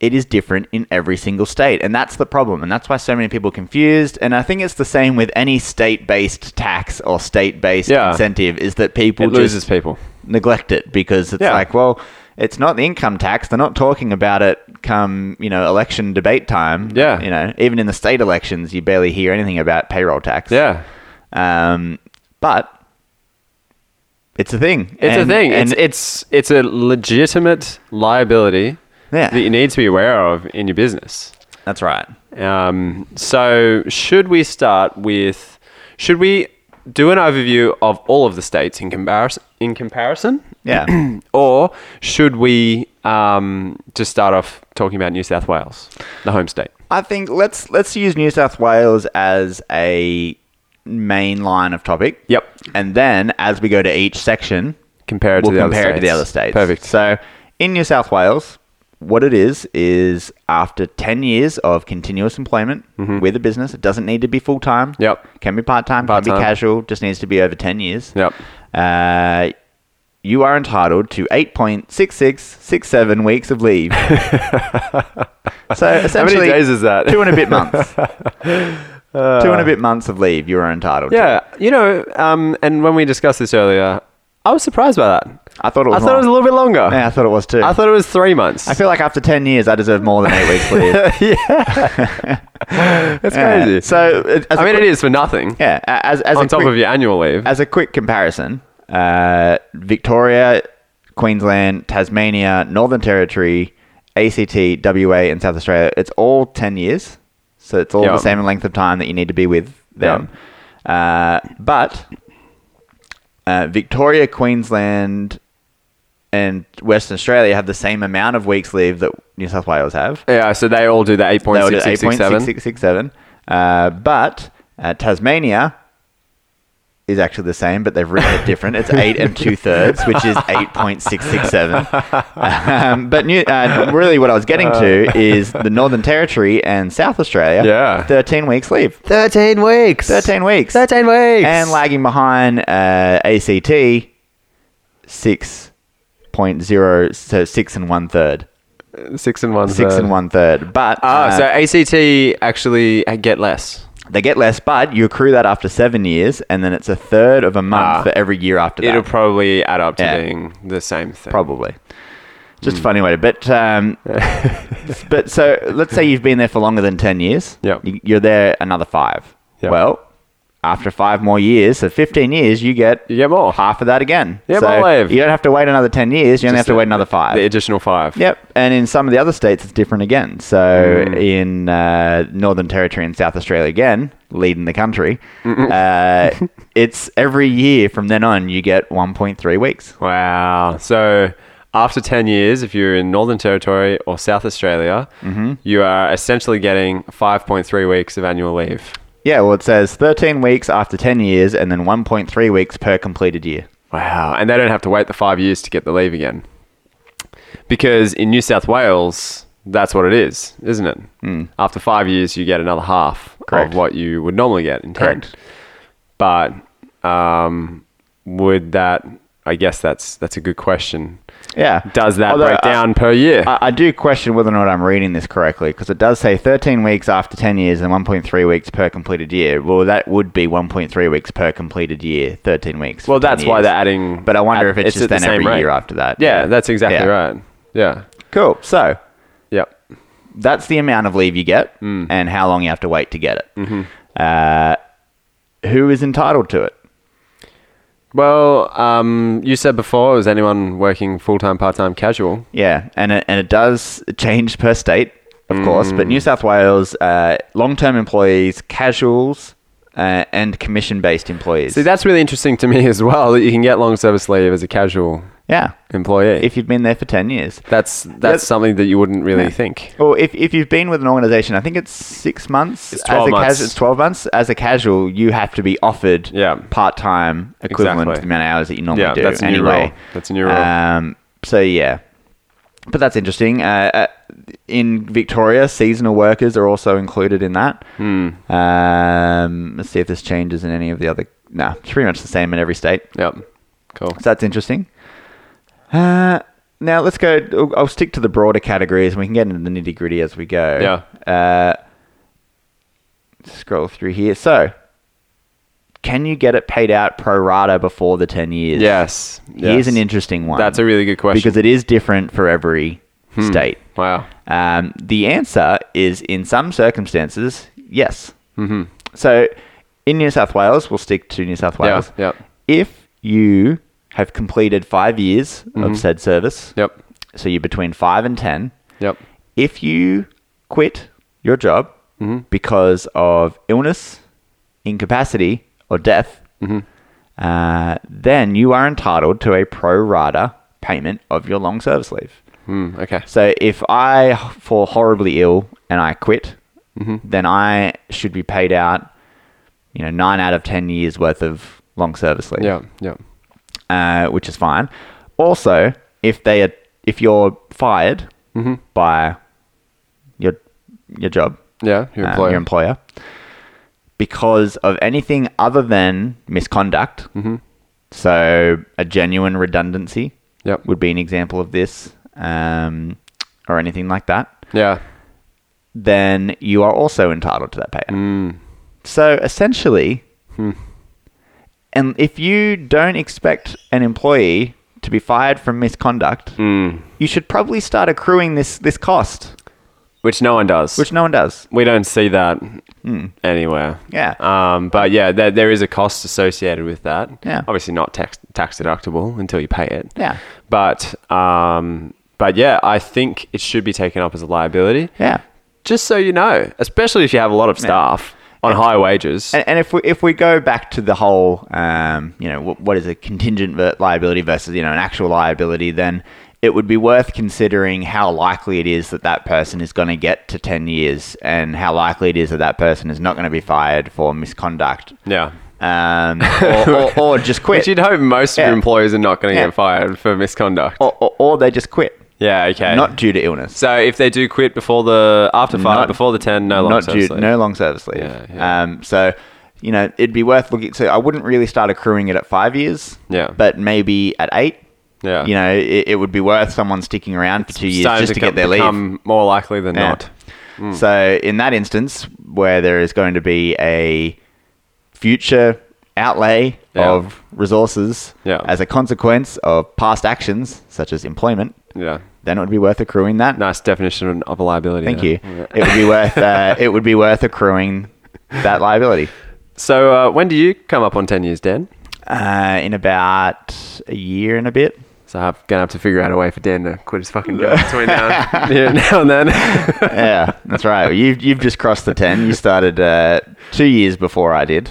it is different in every single state, and that's the problem, and that's why so many people are confused. And I think it's the same with any state-based tax or state-based Yeah. incentive is that people it just loses people. neglect it because it's Yeah. like, well, it's not the income tax. They're not talking about it come, you know, election debate time. Yeah. You know, even in the state elections, you barely hear anything about payroll tax. Yeah. Um, but it's a thing. It's And- a thing. And it's, it's, it's a legitimate liability Yeah. that you need to be aware of in your business. that's right. Um, so, should we start with? Should we do an overview of all of the states in comparison? In comparison, Yeah. or should we um, just start off talking about New South Wales, the home state? I think let's let's use New South Wales as a main line of topic. Yep. And then as we go to each section, Compared we'll to the compare other it to states. the other states. Perfect. So in New South Wales, what it is is after ten years of continuous employment with a business, it doesn't need to be full time. Mm-hmm. Yep. Can be part time, can be Part-time. casual, just needs to be over ten years. Yep. Uh you are entitled to 8.6667 weeks of leave. so How many essentially, days is that? Uh. two and a bit months. two and a bit months of leave you are entitled to. yeah, you know, um, and when we discussed this earlier, I was surprised by that. I thought it I was. thought it was a long. little bit longer. yeah, I thought it was too. I I, thought it was three months. feel like after ten years, I deserve more than eight weeks leave. That's Yeah. crazy. So uh, as I a mean, quick- it is for nothing. Yeah, a- as as on a top quick, of your annual leave. as a quick comparison, uh, Victoria, Queensland, Tasmania, Northern Territory, ACT, WA, and South Australia. It's all ten years, so it's all Yeah. the same length of time that you need to be with them. Uh, but uh, Victoria, Queensland, and Western Australia have the same amount of weeks leave that New South Wales have. Yeah, so they all do the They were at 8.6667. 8.6667. Uh, but uh, Tasmania is actually the same, but they've written it different. It's eight and two thirds, which is 8.667. Um, but new, uh, really, what I was getting to is the Northern Territory and South Australia, Uh. Yeah. 13 weeks leave. 13 weeks. 13 weeks. weeks. And lagging behind uh, ACT, 6.0, so six and one third. six and one. Six and one third. But Ah, uh, so ACT actually uh, get less. They get less, but you accrue that after seven years, and then it's a third of a month Ah. for every year after that. It'll probably add up to Yeah. being the same thing. probably. Just Hmm. a funny way to but um, but so let's say you've been there for longer than ten years. Yep. You- You're there another five. Yep. Well, after five more years, so fifteen years, you get You get more. half of that again. Yeah, so my wave. You don't have to wait another ten years. You only have Just to the- wait another five. The additional five. Yep, and in some of Mm. the other states, it's different again. So in uh, Northern Territory and South Australia again, leading the country. Uh, it's every year from then on, you get 1.3 weeks. Wow. So after 10 years, if you're in Northern Territory or South Australia, you are essentially getting 5.3 weeks of annual leave. Yeah, well, it says 13 weeks after 10 years and then 1.3 weeks per completed year. Wow. And they don't have to wait the five years to get the leave again. Because in New South Wales, that's what it is, isn't it? Mm. After five years, you get another half Correct. of what you would normally get in 10. Correct. But um, would that, I guess that's, that's a good question. Yeah. Does that Although, break uh, down per year? I, I do question whether or not I'm reading this correctly because it does say 13 weeks after 10 years and 1.3 weeks per completed year. Well, that would be 1.3 weeks per completed year, 13 weeks. for well, 10 that's why years. they're adding. But I wonder if it's, at just the then same every rate. year after that. Yeah, that's exactly Yeah. right. Yeah. Cool. So Yep. that's the amount of leave you get Mm. and how long you have to wait to get it. Mm-hmm. Uh, who is entitled to it? Well, um, you said before, is anyone working full time, part time, casual? Yeah, and it, and it does change per state, of course. But Mm. New South Wales, uh, long-term employees, casuals, uh, and commission-based employees. See, that's really interesting to me as well that you can get long service leave as a casual yeah, employee. if you've been there for ten years. that's that's That's- something that you wouldn't really think. Or if, if you've been with an organisation, I think it's six months. It's 12 as a months. Casual, it's twelve months as a casual. You have to be offered Yeah. part-time equivalent Exactly. to the amount of hours that you normally Yeah, do. that's a new anyway, rule. That's a new rule. Um, so yeah, but that's interesting. Uh, uh, in Victoria, seasonal workers are also included in that. Hmm. Um, let's see if this changes in any of the other. No, it's pretty much the same in every state. Yep. Cool. So that's interesting. Uh, now let's go. I'll- I'll stick to the broader categories, and we can get into the nitty gritty as we go. Yeah. Uh, scroll through here. So, can you get it paid out pro rata before the ten years? Yes. yes. Here's an interesting one. That's a really good question. Hmm. because it is different for every state. wow. Um, the answer is, in some circumstances, yes. Mm-hmm. So, in New South Wales, we'll stick to New South Yeah, Wales. yep. If you have completed five years of said service, Mm-hmm. Yep. so you're between five and ten. Yep. If you quit your job because of illness, incapacity, or death, uh, then you are entitled to a pro rata payment of your long service leave. Mm, okay. So if I h- fall horribly ill and I quit, then I should be paid out, you know, nine out of ten years worth of long service leave, Yeah. Yep. uh, which is fine. Also, if they are, if you're fired Mm-hmm. by your your job, Yeah. Your um, employer. your employer, because of anything other than misconduct. Mm-hmm. So a genuine redundancy Yep. would be an example of this, um, or anything like that. yeah. Then you are also entitled to that payout. So essentially, and if you don't expect an employee to be fired from misconduct, you should probably start accruing this this cost, Which no one does. which no one does. we don't see that anywhere. Hmm. Yeah. Um, but yeah, there, there is a cost associated with that. Yeah. Obviously not tax tax deductible until you pay it. Yeah. But um, but yeah, I think it should be taken up as a liability. Yeah. Just so you know, especially if you have a lot of staff on high wages. And, and if we if we go back to the whole, um, you know, what, what is a contingent ver- liability versus you know an actual liability, then it would be worth considering how likely it is that that person is going to get to ten years, and how likely it is that that person is not going to be fired for misconduct, yeah. um, or, or, or just Which quit, you'd hope most of Yeah. your employers are not going to Yeah. get fired for misconduct. or, or, or they just quit, yeah, okay. not due to illness. so if they do quit before the after five, Not- before the ten, no long not service due, leave. no long service leave. Yeah, yeah. Um, so you know it'd be worth looking. So I wouldn't really start accruing it at five years. Yeah. but maybe at eight. Yeah. you know it, it would be worth someone sticking around for two years Starting just to, co- get their leave. become hmm. more likely than Yeah. not. So in that instance, where there is going to be a future outlay Yeah. of resources Yeah. as a consequence of past actions such as employment, Yeah. then it would be worth accruing that. Nice definition of a liability. Thank there. you. Yeah. It would be worth uh, it would be worth accruing that liability. So, uh, when do you come up on 10 years, Dan? Uh, in about a year and a bit. So I'm gonna have to figure out a way for Dan to quit his fucking job between now and, yeah, now and then. yeah, that's right. You've you've just crossed the ten. You started uh, two years before I did.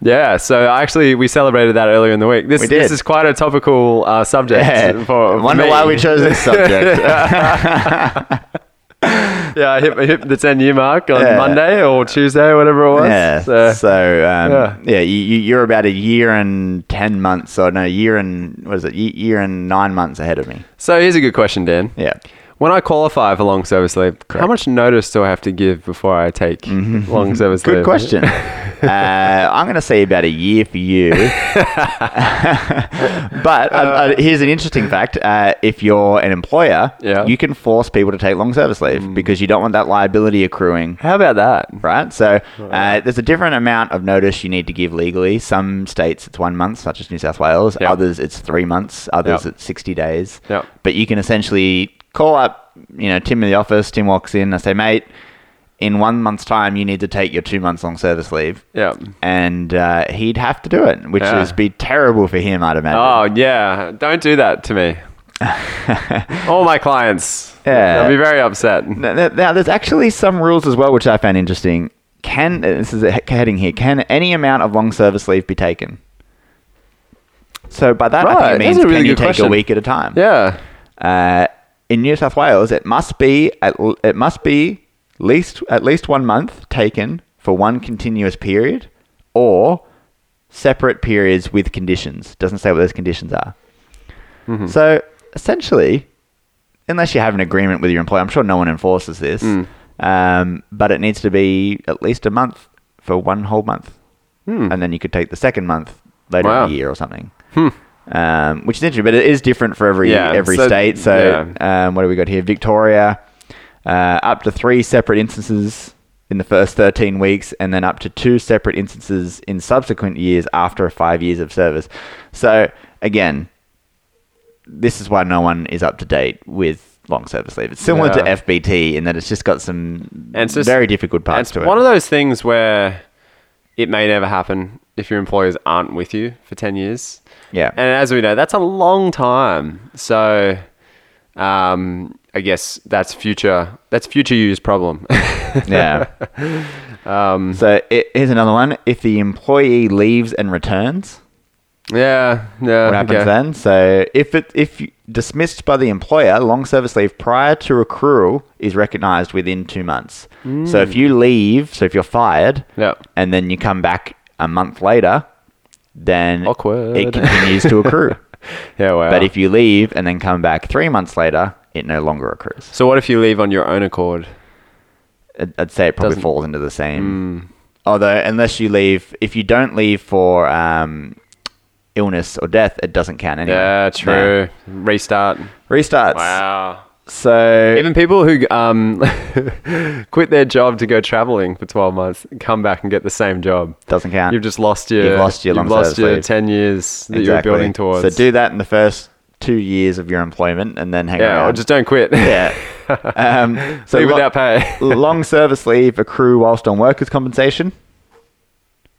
yeah. So actually, we celebrated that earlier in the week. This We did. this is quite a topical uh, subject. Yeah. For, for Wonder me. why we chose this subject. Yeah, I hit, I hit the ten year mark on Yeah. Monday or Tuesday or whatever it was. Yeah. So, So- um, yeah. yeah, you, you- you're about a year and ten months, or no, year and what is it? Ye- Year and nine months ahead of me. so here's a good question, Dan. Yeah. When I qualify for long service leave, how much notice do I have to give before I take long service leave? Mm-hmm. Good question. uh, I'm going to say about a year for you. but uh, uh, here's an interesting fact. Uh, if you're an employer, Yeah. you can force people to take long service leave because you don't want that liability accruing. How about that? Right, so uh, there's a different amount of notice you need to give legally. Some states it's one month, such as New South Wales. Yep. Others it's three months. Others Yep. it's sixty days. Yep. But you can essentially call up, you know, Tim in the office. Tim walks in. I say, mate, in one month's time, you need to take your two months long service leave. Yeah. And uh, he'd have to do it, which Yeah. is be terrible for him, I'd imagine. Oh yeah, don't do that to me. All my clients. Yeah. They'll be very upset. Now, now- now, there's actually some rules as well, which I found interesting. Can uh, this is a he- heading here? Can any amount of long service leave be taken? So by that, Right, I think it that's means a really can you good take a question. week at a time? Yeah. Uh, in New South Wales, it must be at, l- it must be least at least one month taken for one continuous period, or separate periods with conditions. Doesn't say what those conditions are. So essentially, unless you have an agreement with your employer, I'm sure no one enforces this, um, but it needs to be at least a month for one whole month. And then you could take the second month later Wow. in the year or something. Um, which is interesting, but it is different for every Yeah, every so- state. So um, what do we got here? Victoria, uh, up to three separate instances in the first 13 weeks, and then up to two separate instances in subsequent years after five years of service. So again, this is why no one is up to date with long service leave. It's similar Yeah. to FBT in that it's just got some And it's just- very difficult And it's parts to it. one of those things where it may never happen if your employers aren't with you for 10 years. Yeah. And as we know, that's a long time. So um, I guess that's future that's future you's problem. yeah. Um, so i here's another one. If the employee leaves and returns, yeah. Yeah. what happens okay. then? So if it if you, dismissed by the employer, long service leave prior to accrual is recognised within two months. So Hmm. if you leave, so if you're fired, Yeah. and then you come back a month later, then Awkward. it continues to accrue. Yeah, wow. But if you leave and then come back three months later, it no longer accrues. so what if you leave on your own accord? I'd, I'd say it probably Doesn't- falls into the same. Mm. Although, unless you leave, if you don't leave for um, illness or death, it doesn't count anyway. Yeah, No. true. Restart. Restarts. Wow. So, Even people who um, quit their job to go traveling for 12 months come back and get the same job. doesn't count. You've just lost your Ah. You've lost your you've long lost service your leave. 10 years that you're building towards. So, do that in the first two years of your employment and then hang yeah, around. or just don't quit. Yeah. Um, Leave lo- without pay. long service leave accrue whilst on workers' compensation?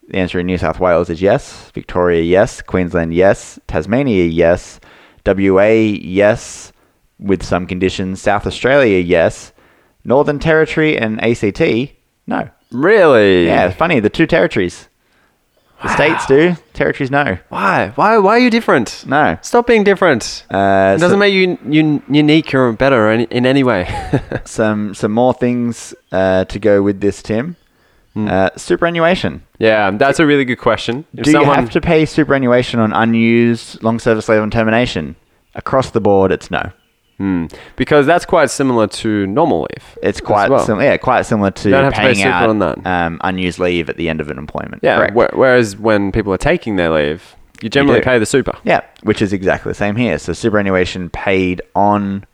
The answer in New South Wales is yes. Victoria, yes. Queensland, yes. Tasmania, yes. WA, yes. With some conditions. South Australia, yes. Northern Territory and ACT, no. really? Yeah, it's funny. The two territories. The states do. Territories, no. Why? Why? Why are you different? No. Stop being different. Uh, it doesn't so- make you, you unique or better or any, in any way. some some more things uh, to go with this, Tim. Hmm. Uh, superannuation. yeah, that's a really good question. If Do you have to pay superannuation on unused long service leave on termination? Across the board, it's no. Hmm. because that's quite similar to normal leave. It's as quite well. similar. Yeah, quite similar to Don't have to pay paying super out on that. Um, unused leave at the end of an employment. Yeah. Correct. Wh- whereas when people are taking their leave, you generally do. pay the super. yeah, which is exactly the same here. So superannuation paid on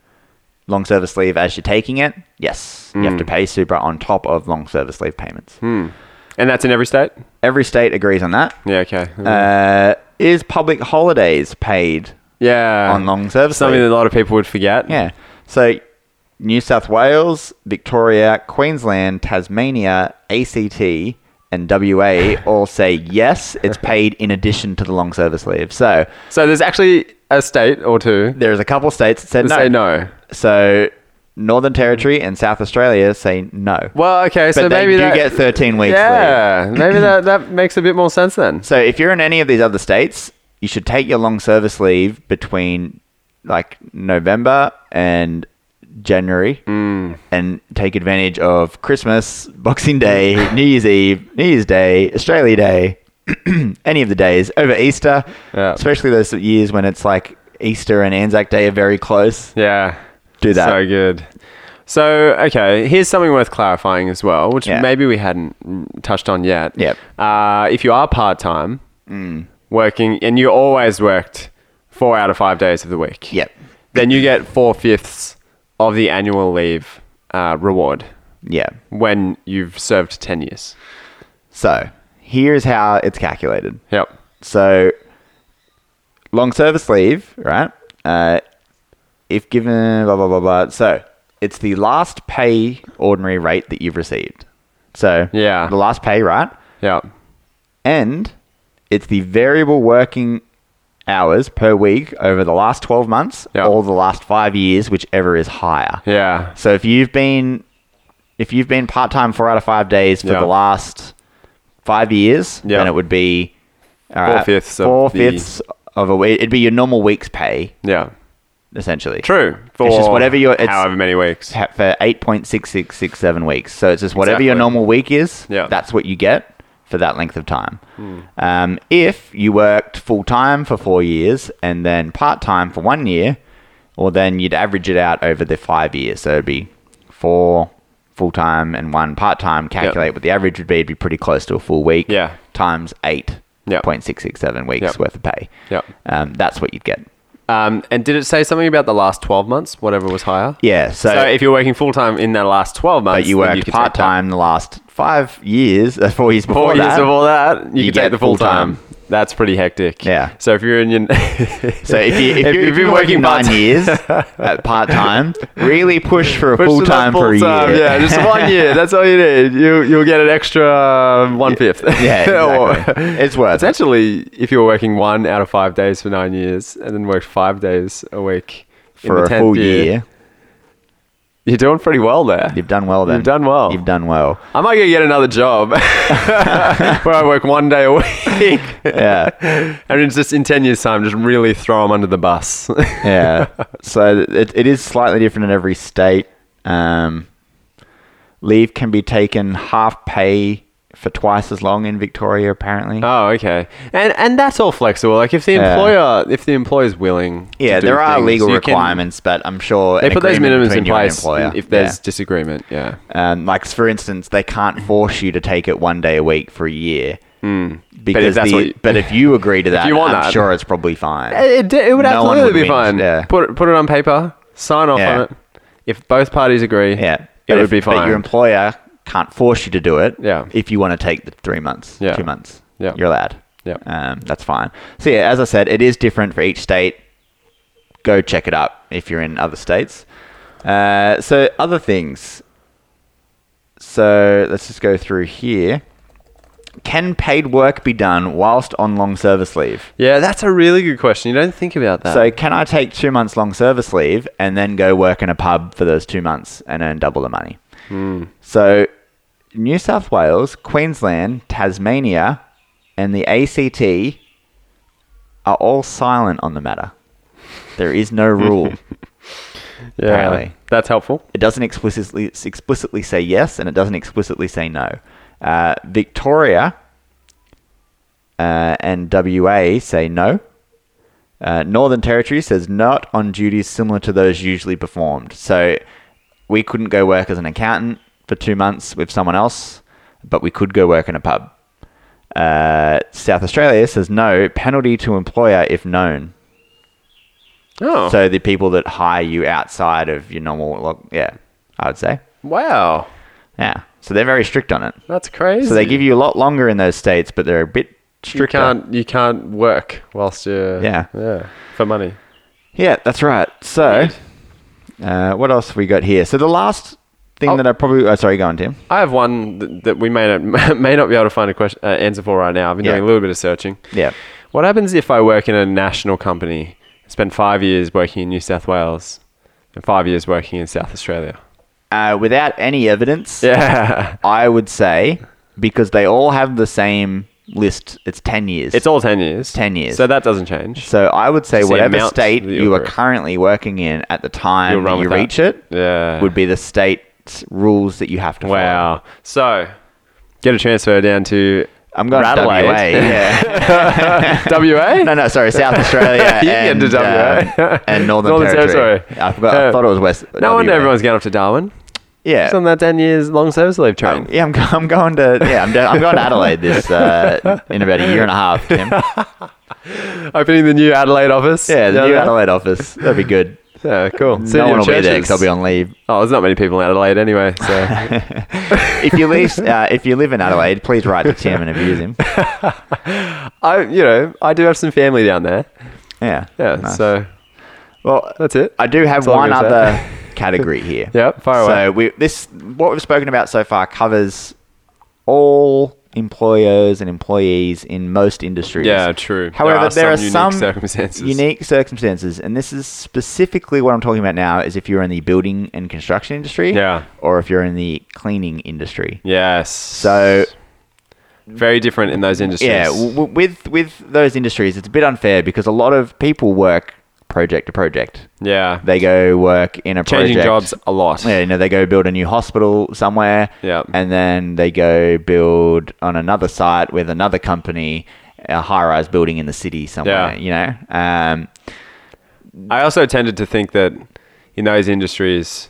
long service leave as you're taking it. Yes, you have Hmm. to pay super on top of long service leave payments. And that's in every state? Every state agrees on that. Yeah, okay. Uh, is public holidays paid yeah. on long service Something leave. that a lot of people would forget. Yeah. So New South Wales, Victoria, Queensland, Tasmania, ACT, and WA all say yes, it's paid in addition to the long service leave. So So there's actually a state or two There is a couple states that said that say no. no. So Northern Territory and South Australia say no. Well, okay, but so they maybe do that, get 13 weeks. leave. Yeah, maybe that, that makes a bit more sense then. So if you're in any of these other states, you should take your long service leave between like November and January and take advantage of Christmas, Boxing Day, New Year's Eve, New Year's Day, Australia Day, any of the days over Easter, Yeah. especially those years when it's like Easter and Anzac Day are very close. Yeah. Do that. So good. So, okay, here's something worth clarifying as well, which Yeah. maybe we hadn't mm, touched on yet. Yep. Mm. Uh, if you are part time working and you always worked four out of five days of the week, Yep. then you get four fifths of the annual leave uh, reward Yeah. when you've served 10 years. So here's how it's calculated. Yep. So, long service leave, right? Uh, if given blah blah blah blah. So it's the last pay ordinary rate that you've received. So Yeah. the last pay, right? Yep. And it's the variable working hours per week over the last twelve months Yeah. or the last five years, whichever is higher. Yeah. So if you've been if you've been part time four out of five days for Yeah. the last five years, Yeah. then it would be all right, Four-fifths of four the- fifths of a week. It'd be your normal week's pay Yeah. essentially. True. For It's just whatever your- it's- however many weeks. Ha- For eight point six six six seven weeks, so it's just whatever your Exactly. normal week is. Yeah. Hmm. that's what you get for that length of time. Um, if you worked full time for four years and then part time for one year, well, then you'd average it out over the five years. So it'd be four full time and one part time. Calculate what the average would be. It'd be pretty close to a full week. Yeah. times eight Yep. point six six seven weeks Yep. worth of pay. Yep. um, that's what you'd get. Um, and did it say something about the last 12 months, whatever was higher? Yeah, so, So if you're working full time in that last 12 months, but you then worked could take part time the last five years, uh, four years that- before Four years that. of all that, you, you could get take the full full-time. time. That's pretty hectic. Yeah. So if you're in your. so if, you, if, you, have been working nine years at part time, really push for a full time for a year. Yeah, just one year. That's all you need. You, you'll get an extra um, one fifth. Oh. Yeah, exactly. it's worth it. Essentially, if you were working one out of five days for nine years and then worked five days a week in for the a 10th full year. year, you're doing pretty well there. You've done well then. You've done well. You've done well. I might go get another job where I work one day a week. Yeah, And it's just in 10 years' time, just really throw them under the bus. yeah. So it, it is slightly different in every state. Um, leave can be taken half pay for twice as long in Victoria, apparently. oh, okay. And and that's all flexible. Like if the Yeah. employer, if the employer's willing. to Yeah, do there are things, legal you can- requirements, but I'm sure They an put those agreement minimums between in you and your place employer. if there's Yeah. disagreement. Yeah. um, like for instance, they can't force you to take it one day a week for a year. Because Hmm. if that's the- what you- but if you agree to that, you want I'm that. Eh, sure it's probably fine. It, it would No one absolutely would be whinge, fine. yeah. Put, it, put it on paper, sign off Yeah. on it. If both parties agree, yeah, it But would if- be fine. But your employer can't force you to do it. Yeah. if you want to take the three months, Yeah. two months, Yeah. you're allowed. Yeah. um, that's fine. So yeah, as I said, it is different for each state. Go check it up if you're in other states. Uh, so other things. So let's just go through here. Can paid work be done whilst on long service leave? yeah, that's a really good question. You don't think about that. So can I take two months long service leave and then go work in a pub for those two months and earn double the money? So New South Wales, Queensland, Tasmania, and the ACT are all silent on the matter. There is no rule. yeah, apparently. that's helpful. it doesn't explicitly explicitly say yes, and it doesn't explicitly say no. Uh, Victoria uh, and WA say no. Uh, Northern Territory says not on duties similar to those usually performed. So we couldn't go work as an accountant for two months with someone else, but we could go work in a pub. Uh, South Australia says no penalty to employer if known. Oh, So the people that hire you outside of your normal, log- yeah, I would say. wow. Yeah. So they're very strict on it. That's crazy. So they give you a lot longer in those states, but they're a bit you stricter. can't you can't work whilst you're Yeah. yeah for money. Yeah, that's right. So, Weird. uh, what else have we got here? So the last thing Oh. that I probably. Oh, sorry, go on, Tim. I have one th- that we may not may not be able to find a question uh, answer for right now. I've been Yeah. doing a little bit of searching. Yeah. What happens if I work in a national company spent five years working in New South Wales and five years working in South Australia. Uh, without any evidence, Yeah. I would say because they all have the same list. It's ten years. It's all 10 years. 10 years. So that doesn't change. so I would say It's the whatever amount state that you're you are correct. currently working in at the time You'll run that you with that. reach it Yeah. would be the state's rules that you have to follow. wow. So get a transfer down to I'm going to Adelaide. WA. Yeah. WA? no, no, sorry, South Australia. You and, can get to WA. um, and Northern, Northern Territory. Territory. I forgot. I Yeah. thought it was West. No wonder WA. everyone's going up to Darwin. Yeah. Um, It's on that 10 years long service leave train. Yeah, I'm, go- I'm going to yeah, I'm, de- I'm going to Adelaide this uh, in about a year and a half. Tim. Opening the new Adelaide office. Yeah, the down new there. Adelaide office. That'd be good. Yeah, cool. no one will be there because I'll be on leave. Oh, there's not many people in Adelaide anyway. So If you leave, uh, if you live in Adelaide, please write to Tim and abuse him. I, you know, I do have some family down there. Yeah. Yeah. Nice. So well, that's it. I do have all I'm one gonna other say. category here. Yep, fire away. So we this what we've spoken about so far covers all employers and employees in most industries. Yeah, true. There However, are there are, some unique some, circumstances. Unique circumstances, and this is specifically what I'm talking about now is if you're in the building and construction industry, Yeah. or if you're in the cleaning industry. yes. So very different in those industries. yeah, w- w- with with those industries, it's a bit unfair because a lot of people work project to project. yeah. They go work in a Changing project. jobs a lot. Yeah, you know, they go build a new hospital somewhere. Yeah. And then they go build on another site with another company, a high rise building in the city somewhere, Yeah. you know? Um, I also tended to think that in those industries,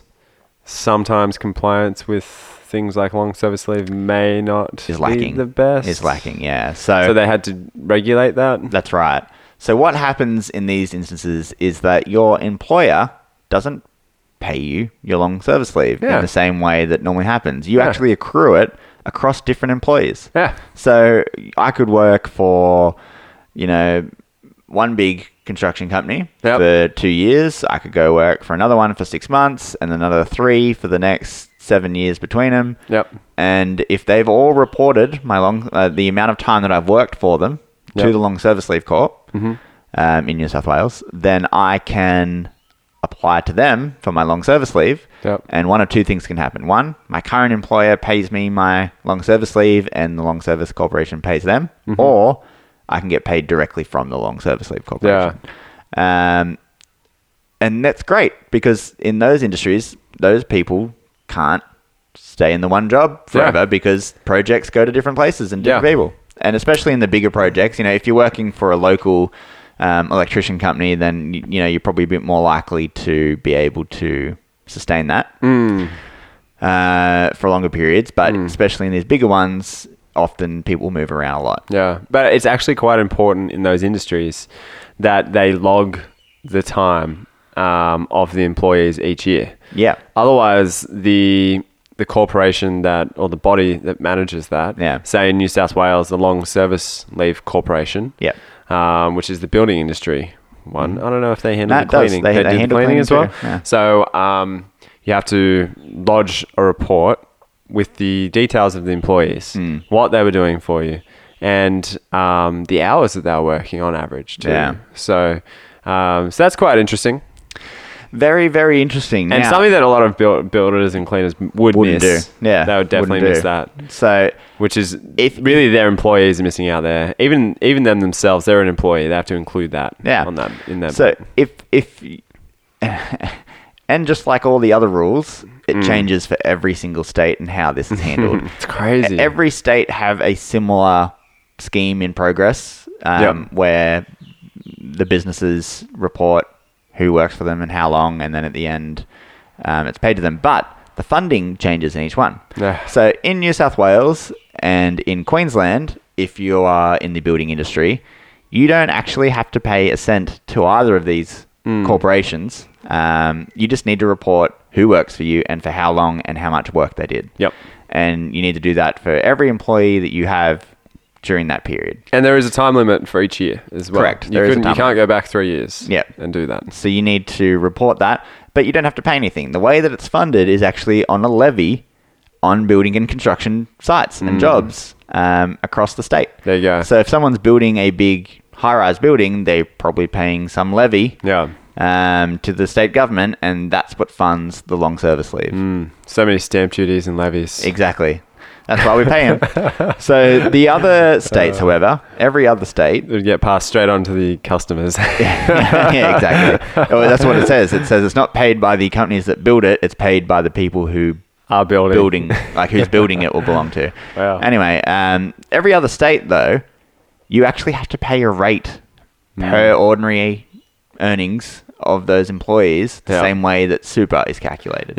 sometimes compliance with things like long service leave may not is lacking. be the best. Is lacking, yeah. So, So they had to regulate that. that's right. So what happens in these instances is that your employer doesn't pay you your long service leave Yeah. in the same way that normally happens. You Yeah. actually accrue it across different employees. Yeah. So I could work for, you know, one big construction company Yep. for two years. I could go work for another one for six months and another three for the next seven years between them. Yep. And if they've all reported my long, uh, the amount of time that I've worked for them to Yep. Mm-hmm. the Long Service Leave Corp um, in New South Wales, then I can apply to them for my long service leave. Yep. And one of two things can happen. One, my current employer pays me my long service leave and the long service corporation pays them, Mm-hmm. or I can get paid directly from the long service leave corporation. Yeah. Um, and that's great because in those industries, those people can't stay in the one job forever Yeah. because projects go to different places and different Yeah. people. And especially in the bigger projects, you know, if you're working for a local um, electrician company, then y- you know you're probably a bit more likely to be able to sustain that Mm. uh, for longer periods. But especially in these bigger ones, often people move around a lot. Yeah, but it's actually quite important in those industries that they log the time um, of the employees each year. Yeah, Otherwise, the the corporation that or the body that manages that, Yeah. say in New South Wales, the Long Service Leave Corporation, yeah, um, which is the building industry one. I don't know if they handle No, the it does. cleaning. They- they do the handle cleaning, cleaning as well. too, yeah. So um, you have to lodge a report with the details of the employees, Hmm. what they were doing for you, and um, the hours that they were working on average too. Yeah. So, um, so that's quite interesting. very, very interesting. And Now- something that a lot of build- builders and cleaners would Wouldn't miss. do. Yeah, they would definitely wouldn't do. miss that. So Which is If- if really their employees are missing out there. Even even them themselves, they're an employee. They have to include that. Yeah. on that in that. So if if and just like all the other rules, it Mm. changes for every single state and how this is handled. It's crazy. e-, Every state have a similar scheme in progress um, Yep. where the businesses report who works for them and how long, and then at the end, um, it's paid to them. But the funding changes in each one. Yeah. So in New South Wales and in Queensland, if you are in the building industry, you don't actually have to pay a cent to either of these Mm. corporations. Um, you just need to report who works for you and for how long and how much work they did. Yep. And you need to do that for every employee that you have during that period. and there is a time limit for each year as well. Correct. You, There is a couldn't, you time can't go back three years. Yep. and do that. So you need to report that, but you don't have to pay anything. The way that it's funded is actually on a levy on building and construction sites and jobs um, across the state. Mm. There you go. So if someone's building a big high rise building, they're probably paying some levy Yeah. um, to the state government, and that's what funds the long service leave. Mm. So many stamp duties and levies. Exactly. That's why we pay them. so the other states, Uh. however, every other state It would get passed straight on to the customers. yeah, exactly. Oh, that's what it says. It says it's not paid by the companies that build it. It's paid by the people who Our building. building, like whose building it will belong to. Wow. Anyway, um, every other state though, you actually have to pay a rate per Hmm. ordinary earnings of those employees, the Yeah. same way that super is calculated.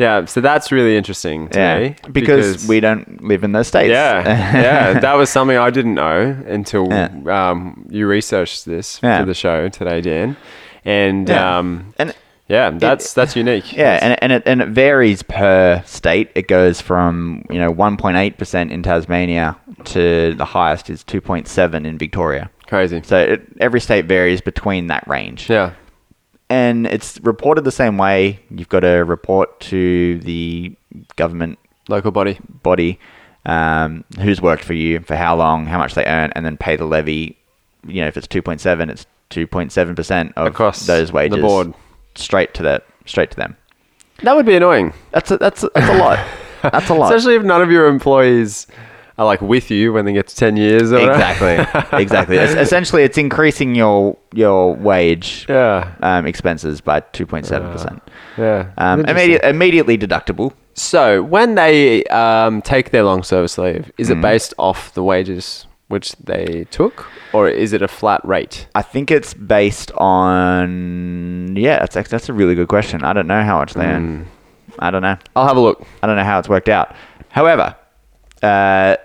Yeah, so that's really interesting to Yeah, me. because, we don't live in those states. Yeah, yeah, that was something I didn't know until Yeah. um, you researched this Yeah. for the show today, Dan. And Yeah. yeah, um, and yeah that's that's unique. Yeah, and, and it and it varies per state. It goes from you know one point eight percent in Tasmania to the highest is two point seven in Victoria. crazy. So it, every state varies between that range. Yeah, and it's reported the same way. You've got to report to the government local body. body um, who's worked for you for how long, how much they earn, and then pay the levy. You know, if it's two point seven, it's two point seven percent of Across those the wages board. straight to that straight to them. That would be annoying, That's a, that's a, that's a lot. That's a lot. especially if none of your employees are like with you when they get to ten years. Or whatever. exactly. Exactly. Es- essentially, it's increasing your your wage Yeah. um, expenses by two point seven percent. Yeah. Um, immediate, immediately deductible. So when they um, take their long service leave, is it based off the wages which they took, or is it a flat rate? I think it's based on yeah. That's act- that's a really good question. I don't know how much they earn. I don't know. I'll have a look. I don't know how it's worked out. However, uh,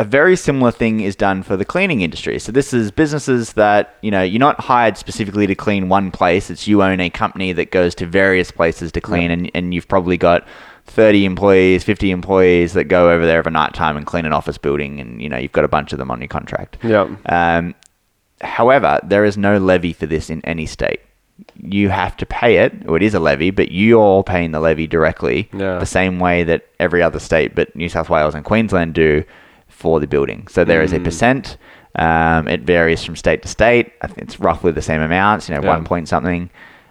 a very similar thing is done for the cleaning industry. So this is businesses that you know you're not hired specifically to clean one place. It's you own a company that goes to various places to clean, and, and you've probably got 30 employees, 50 employees that go over there over night time and clean an office building, and you know you've got a bunch of them on your contract. Yeah. Um, however, there is no levy for this in any state. You have to pay it, or it is a levy, but you're paying the levy directly Yeah. the same way that every other state, but New South Wales and Queensland do for the building. So there is a percent. Um, it varies from state to state. I think it's roughly the same amounts, you know, Yeah. one point something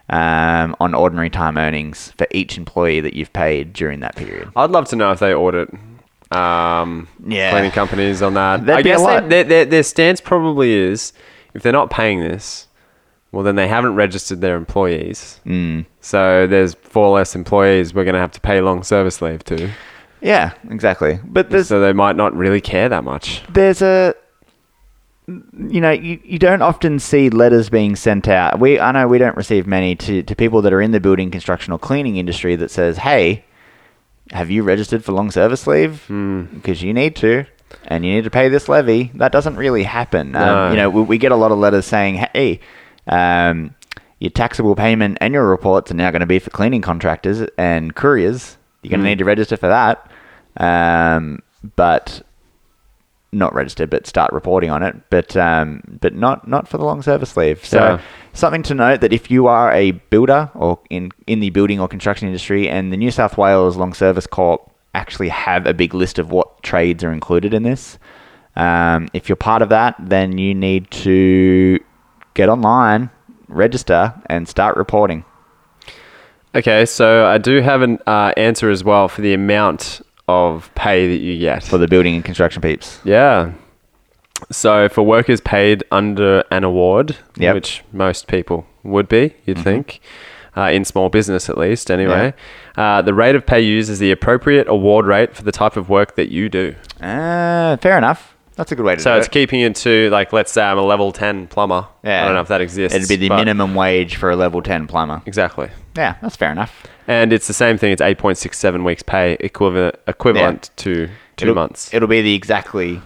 um, on ordinary time earnings for each employee that you've paid during that period. I'd love to know if they audit um, Yeah. cleaning companies on that. That'd I be a guess they- lot. their, their, their stance probably is if they're not paying this, well, then they haven't registered their employees. Hmm. Mm. So there's four less employees we're going to have to pay long service leave to. Yeah, exactly. But there's So they might not really care that much. there's a you know you, you don't often see letters being sent out we i know we don't receive many to, to people that are in the building construction or cleaning industry that says hey have you registered for long service leave because you need to and you need to pay this levy that doesn't really happen No. um, you know we, we get a lot of letters saying hey um, your taxable payment annual reports are now going to be for cleaning contractors and couriers you're going to need to register for that um, but not register, but start reporting on it, but um, but not not for the long service leave. So Yeah. something to note that if you are a builder or in in the building or construction industry, and the New South Wales Long Service Corp actually have a big list of what trades are included in this. Um, if you're part of that, then you need to get online, register, and start reporting. Okay, so I do have an uh, answer as well for the amount of pay that you get. for the building and construction peeps. Yeah. So for workers paid under an award, Yep. Mm-hmm. which most people would be, you'd think, uh, in small business at least, anyway, uh, the rate of pay used is the appropriate award rate for the type of work that you do. Uh, fair enough. That's a good way to So do it's it. keeping it to, like, let's say I'm a level 10 plumber. Yeah. I don't know if that exists. It'd be the but- minimum wage for a level 10 plumber. Exactly. Yeah, that's fair enough. And it's the same thing. It's 8.67 weeks pay equivalent, equivalent to 2 It'll- months. It'll be the exactly,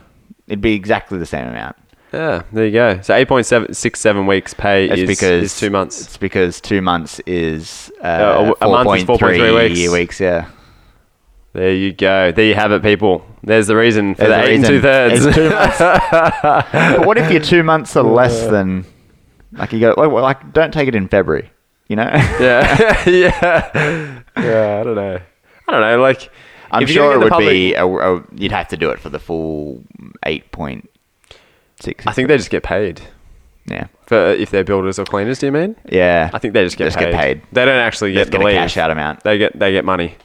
it'd be exactly the same amount. yeah, there you go. So 8.67 weeks pay It's is, because is 2 months. It's because two months is uh, Uh, a- a month is 4.3 4.3 weeks. weeks. Yeah, There you go. There you have it, people. There's the reason for There's the a eight and reason. two thirds. It's two months. but what if your two months are less than, like you go, like, well, like don't take it in February, you know? yeah, yeah, yeah. I don't know. I don't know. Like, I'm if you're sure gonna it get the would public- be. A, a, you'd have to do it for the full eight point six. I think they just get paid. Yeah. For if they're builders or cleaners, do you mean? Yeah. I think they just get Just paid. get paid. They don't actually get Just the get a leave. cash out amount. They get they get money.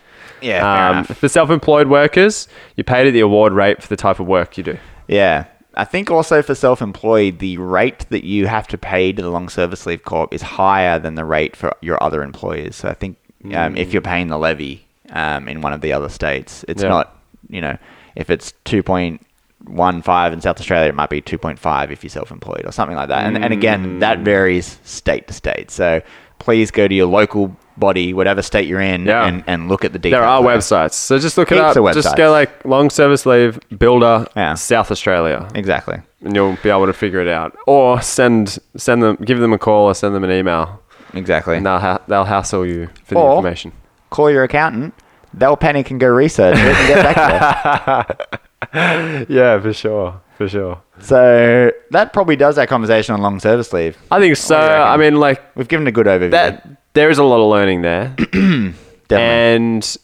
Yeah. fair um, enough. for self-employed workers, you're paid at the award rate for the type of work you do. Yeah. I think also for self employed, the rate that you have to pay to the Long Service Leave Corp is higher than the rate for your other employers. So I think um, if you're paying the levy um, in one of the other states, it's Yeah. not, you know, if it's 2.15 in South Australia, it might be 2.5 if you're self employed or something like that. And, and again, Mm. that varies state to state. So please go to your local body, whatever state you're in, Yeah. and, and look at the details. There are websites, so just look it up. Heaps of Just websites. go like long service leave builder Yeah. South Australia, Exactly. and you'll be able to figure it out. Or send send them, give them a call, or send them an email, Exactly. and they'll ha- they'll hassle you for the Or- information. call your accountant. They'll panic and go research it and get back Yeah, for sure, for sure. to you. So that probably does our conversation on long service leave. I think so. do you reckon? I mean, like We've given a good overview. that. There is a lot of learning there. Definitely. And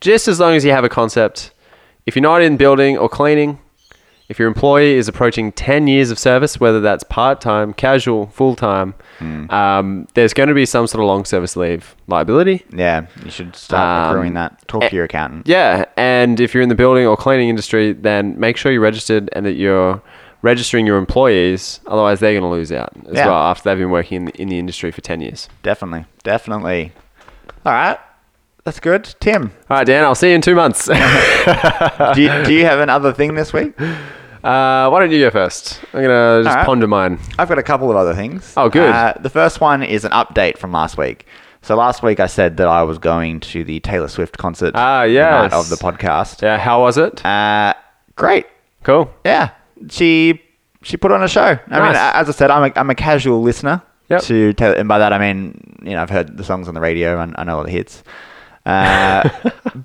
just as long as you have a concept, if you're not in building or cleaning, if your employee is approaching 10 years of service, whether that's part time, casual, full time, um, there's going to be some sort of long service leave liability. yeah, you should start Um, accruing that. Talk eh, to your accountant. Yeah. And if you're in the building or cleaning industry, then make sure you're registered and that you're registering your employees. Otherwise, they're going to lose out as Yeah. well after they've been working in the, in the industry for 10 years. Definitely. Definitely. All right. That's good. Tim, All right, Dan, I'll see you in two months. uh, do you, do you have another thing this week? Uh, why don't you go first? I'm going to just All right. ponder mine. I've got a couple of other things. Oh, good. Uh, the first one is an update from last week. So last week I said that I was going to the Taylor Swift concert Ah, the yes. night of the podcast. Yeah, how was it? Uh, great. Cool. yeah, she she put on a show. I mean, Nice. a- as I said, I'm a, I'm a casual listener Yep. to Taylor, and by that I mean you know I've heard the songs on the radio and I know all the hits. Uh,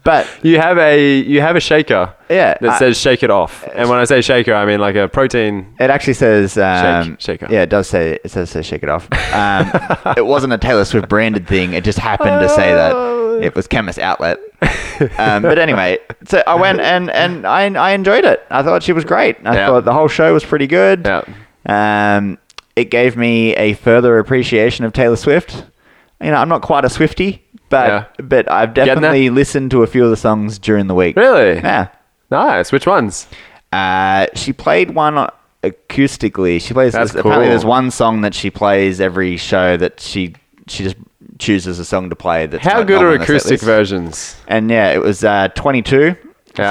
but You have a you have a shaker. Yeah, That I- says shake it off. And when I say shaker, I mean like a protein. it actually says um, Shake- shake off. Yeah, it does say it says, says shake it off. Um, it wasn't a Taylor Swift branded thing. It just happened to say Oh. that it was Chemist Outlet. um, but anyway, so I went and and I I enjoyed it. I thought she was great. I Yeah. thought the whole show was pretty good. Yeah. Um, it gave me a further appreciation of Taylor Swift. You know, I'm not quite a Swifty, but Yeah. but I've there? definitely listened to a few of the songs during the week. Really? Yeah. Nice. Which ones? Uh, she played one acoustically. She plays That's apparently cool. there's one song that she plays every show that she she just chooses a song to play. That's How not good are normally on the set acoustic list. versions? And yeah, it was uh, 22. Yeah.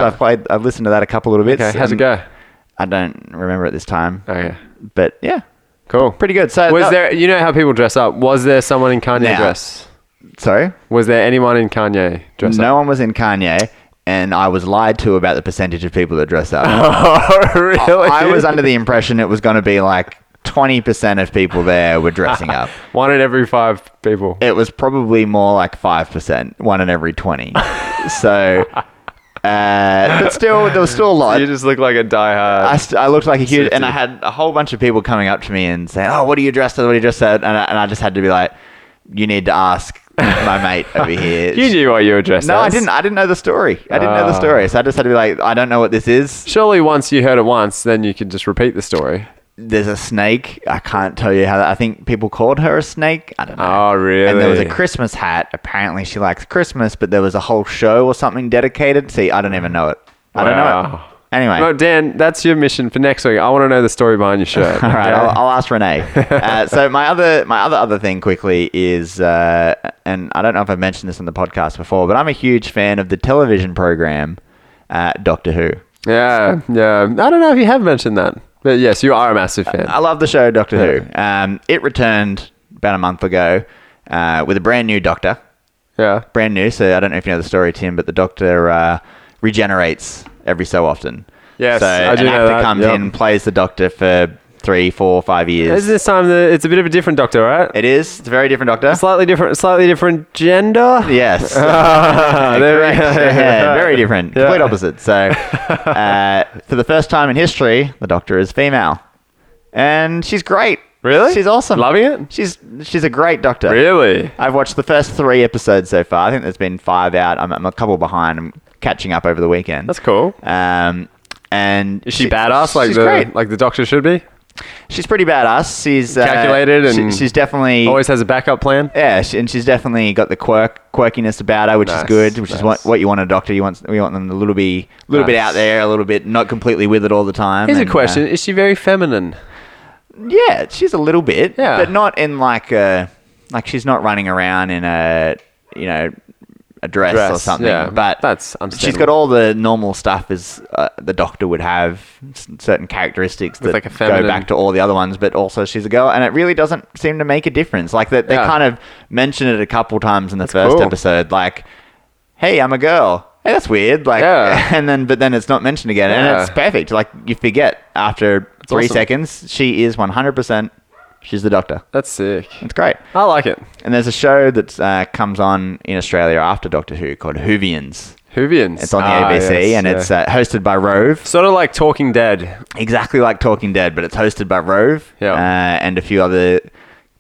So I've played. I've listened to that a couple little bits. Okay, how's it and go? Oh, I don't remember it this time. Okay. But yeah, Cool. pretty good. So oh. Was that- there you know how people dress up? Was there someone in Kanye Now. dress? Sorry. Was there anyone in Kanye dress no up? one was in Kanye, and I was lied to about the percentage of people that dress up. Oh, really? I was under the impression it was going to be like 20% of people there were dressing up. one in every five people. It was probably more like 5%, one in every 20. So, uh, but still, there was still a lot. you just look like a diehard. I, st- I looked like a huge, and I Suited. had a whole bunch of people coming up to me and saying, "Oh, what are you dressed as? What are you dressed as?" And I, and I just had to be like, "You need to ask my mate over here." you knew what you were dressed No, as. I didn't. I didn't know the story. I didn't know the Ah. story, so I just had to be like, I don't know what this is. Surely once you heard it once, then you could just repeat the story. There's a snake. I can't tell you how. That, I think people called her a snake. I don't know. Oh, And there was a really? Christmas hat. Apparently, she likes Christmas, but there was a whole show or something dedicated. See, I don't even know it. I don't know Wow. it. Anyway, Well, Dan, that's your mission for next week. I want to know the story behind your shirt. All okay? right, I'll, I'll ask Renee. Uh, so my other my other other thing quickly is, uh, and I don't know if I've mentioned this on the podcast before, but I'm a huge fan of the television program uh, Doctor Who. Yeah, yeah. I don't know if you have mentioned that, but yes, you are a massive fan. I love the show Doctor Who. Um, it returned about a month ago uh, with a brand new Doctor, yeah. brand new. So I don't know if you know the story, Tim, but the Doctor uh, regenerates every so often. Yes, so I an do know actor that, comes yep. in, plays the Doctor for three, four, five This is years. this time the, it's a bit of a different doctor, right? It is. It's a very different Doctor. Slightly different, slightly different gender. Yes. there we Correct. go. Yeah, very different. Oh, Yeah. Complete opposite. So, uh, for the first time in history, the Doctor is female, and she's great. Really? She's awesome. Loving it? She's she's a great Doctor. Really? I've watched the first three episodes so far. I think there's been five out. I'm, I'm a couple behind. I'm catching up over the weekend. That's cool. Um, and Is she badass like she's the great. like the doctor should be? she's pretty badass. She's uh, Calculated she- and she's definitely Always has a backup plan. yeah, she, and she's definitely got the quirk quirkiness about her, which Nice, is good, which is what nice. what you want in a doctor. You want we want them a little be a little bit Nice. out there, a little bit not completely with it all the time. Here's a and, uh, question: Is she very feminine? yeah, she's a little bit, Yeah. but not in like a like she's not running around in a you know a dress, or Dress, something. yeah, but that's she's understandable. got all the normal stuff as uh, the doctor would have s- certain characteristics that like, a go feminine- back to all the other ones, but also she's a girl, and it really doesn't seem to make a difference. Like that they Yeah. kind of mention it a couple times in the first cool. episode, like, "Hey, I'm a girl." Hey, that's weird. Like, Yeah. and then but then it's not mentioned again, and Yeah. it's perfect. Like you forget after three awesome. seconds. She is 100%. She's the doctor. That's sick. It's great. I like it. And there's a show that uh, comes on in Australia after Doctor Who called Whovians. Hoovians. It's on the Ah, ABC yes, and yeah. it's uh, hosted by Rove. sort of like Talking Dead. Exactly like Talking Dead, but it's hosted by Rove Yeah. uh, and a few other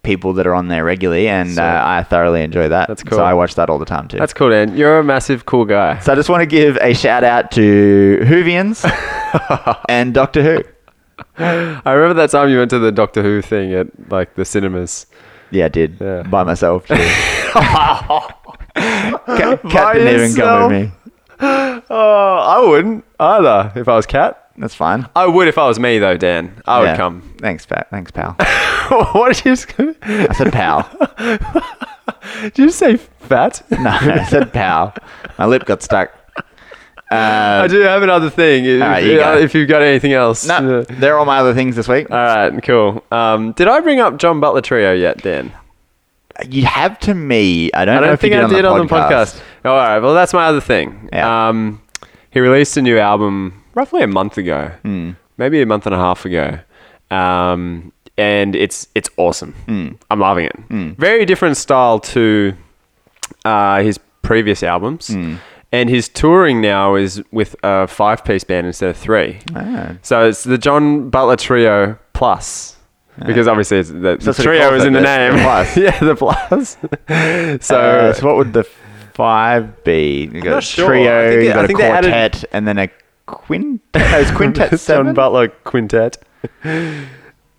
people that are on there regularly. And Sick. uh, I thoroughly enjoy that. That's So cool. I watch that all the time too. That's cool, Dan. You're a massive cool guy. so I just want to give a shout out to Whovians and Doctor Who. I remember that time you went to the Doctor Who thing at like the cinemas. Yeah, I did. Yeah. By myself. Too. Cat, Cat By didn't even come yourself? with me. Oh, I wouldn't either if I was Cat. That's fine. I would if I was me though, Dan. I Yeah. would come. Thanks, Pat. Thanks, pal. what did you? just- I said pal. Did you say fat? No, I said pal. My lip got stuck. I Uh, do have another thing. If, Alright, you go. if you've got anything else. no, Yeah. Uh, they're all my other things this week. All right, cool. Um, did I bring up John Butler Trio yet, Dan? You have to me. I don't, I know don't if you think I did, did on, the podcast. All right, well, that's my other thing. Yeah. Um, he released a new album roughly a month ago, Hmm. maybe a month and a half ago, um, and it's it's awesome. Hmm. I'm loving it. Very different style to uh, his previous albums, Hmm. and his touring now is with a five piece band instead of three. Ah. So it's the John Butler Trio Plus. Ah. Because obviously it's the, the that's what he trio calls is it, in the the- the name. plus. yeah, the plus. so, Uh, so what would the five be? You got not sure. trio, I think- you I got a think they added- quartet, and then a quintet. No, it's quintet John seven. Butler Quintet.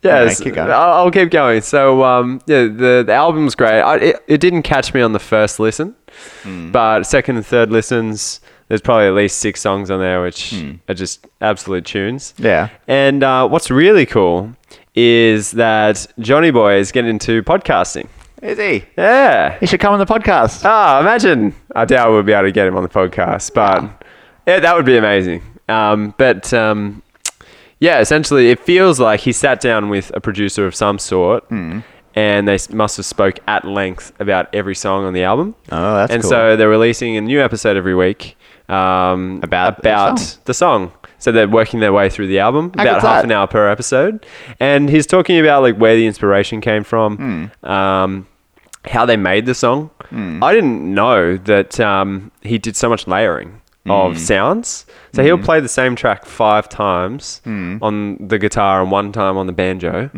yes, keep going. I'll, I'll keep going. So um, yeah, the, the album's great. I, it, it didn't catch me on the first listen, Hmm. but second and third listens, there's probably at least six songs on there which are just absolute tunes. Hmm. Yeah. And uh, what's really cool is that Johnny Boy is getting into podcasting. Is he? Yeah. He should come on the podcast. Ah, imagine. I doubt we'll be able to get him on the podcast, but yeah, that would be amazing. Um, but um, yeah, essentially, it feels like he sat down with a producer of some sort, and they s- must have spoke at length about every song on the album. Oh, that's and cool. so they're releasing a new episode every week um, About the about song. the song. So they're working their way through the album, How about good's half that? an hour per episode, and he's talking about like where the inspiration came from, Hmm. um, how they made the song. I didn't know that um, he did so much layering Hmm. of sounds. So he'll play the same track five times Hmm. on the guitar and one time on the banjo.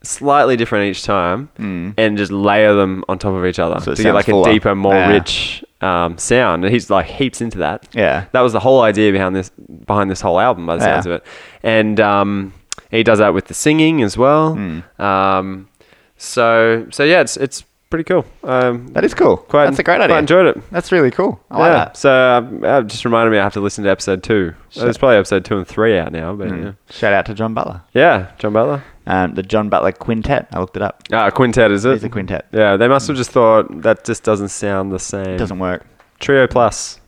Slightly different each time, and just layer them on top of each other Hmm. So it to get sounds like fuller. a deeper, more Yeah. rich um, sound. And he's like heaps into that Yeah. that was the whole idea behind this behind this whole album by the Yeah. sounds of it and um, he does that with the singing as well Hmm. um, so so yeah it's it's pretty cool um, That is cool. quite that's a great idea. quite enjoyed it That's really cool. I like yeah that. so um, uh, just reminded me I have to listen to episode two so it's probably episode two and three out now but Hmm. yeah Shout out to John Butler. yeah John Butler Um, the John Butler Quintet. I looked it up. ah quintet is it It's a quintet. yeah they must have just thought that just doesn't sound the same It doesn't work. trio plus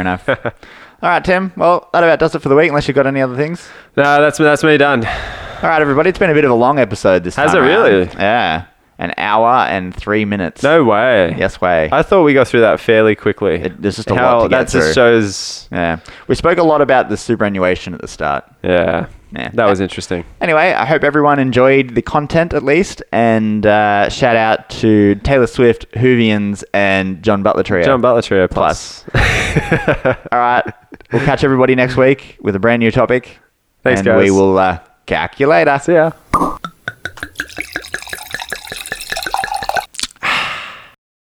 enough. All right, Tim. Well, that about does it for the week, unless you've got any other things. no that's that's me done All right, everybody. It's been a bit of a long episode this Has time. it around. really? Yeah. An hour and three minutes. no way Yes, way. I thought we got through that fairly quickly. It- there's just a lot to get that through. just shows. yeah. We spoke a lot about the superannuation at the start. Yeah, Yeah. that was interesting. Anyway, I hope everyone enjoyed the content at least. And uh, shout out to Taylor Swift, Hoovians, and John Butler Trio. John Butler Trio Plus. All right. We'll catch everybody next week with a brand new topic. Thanks, and guys. we will uh, calculate us. See ya.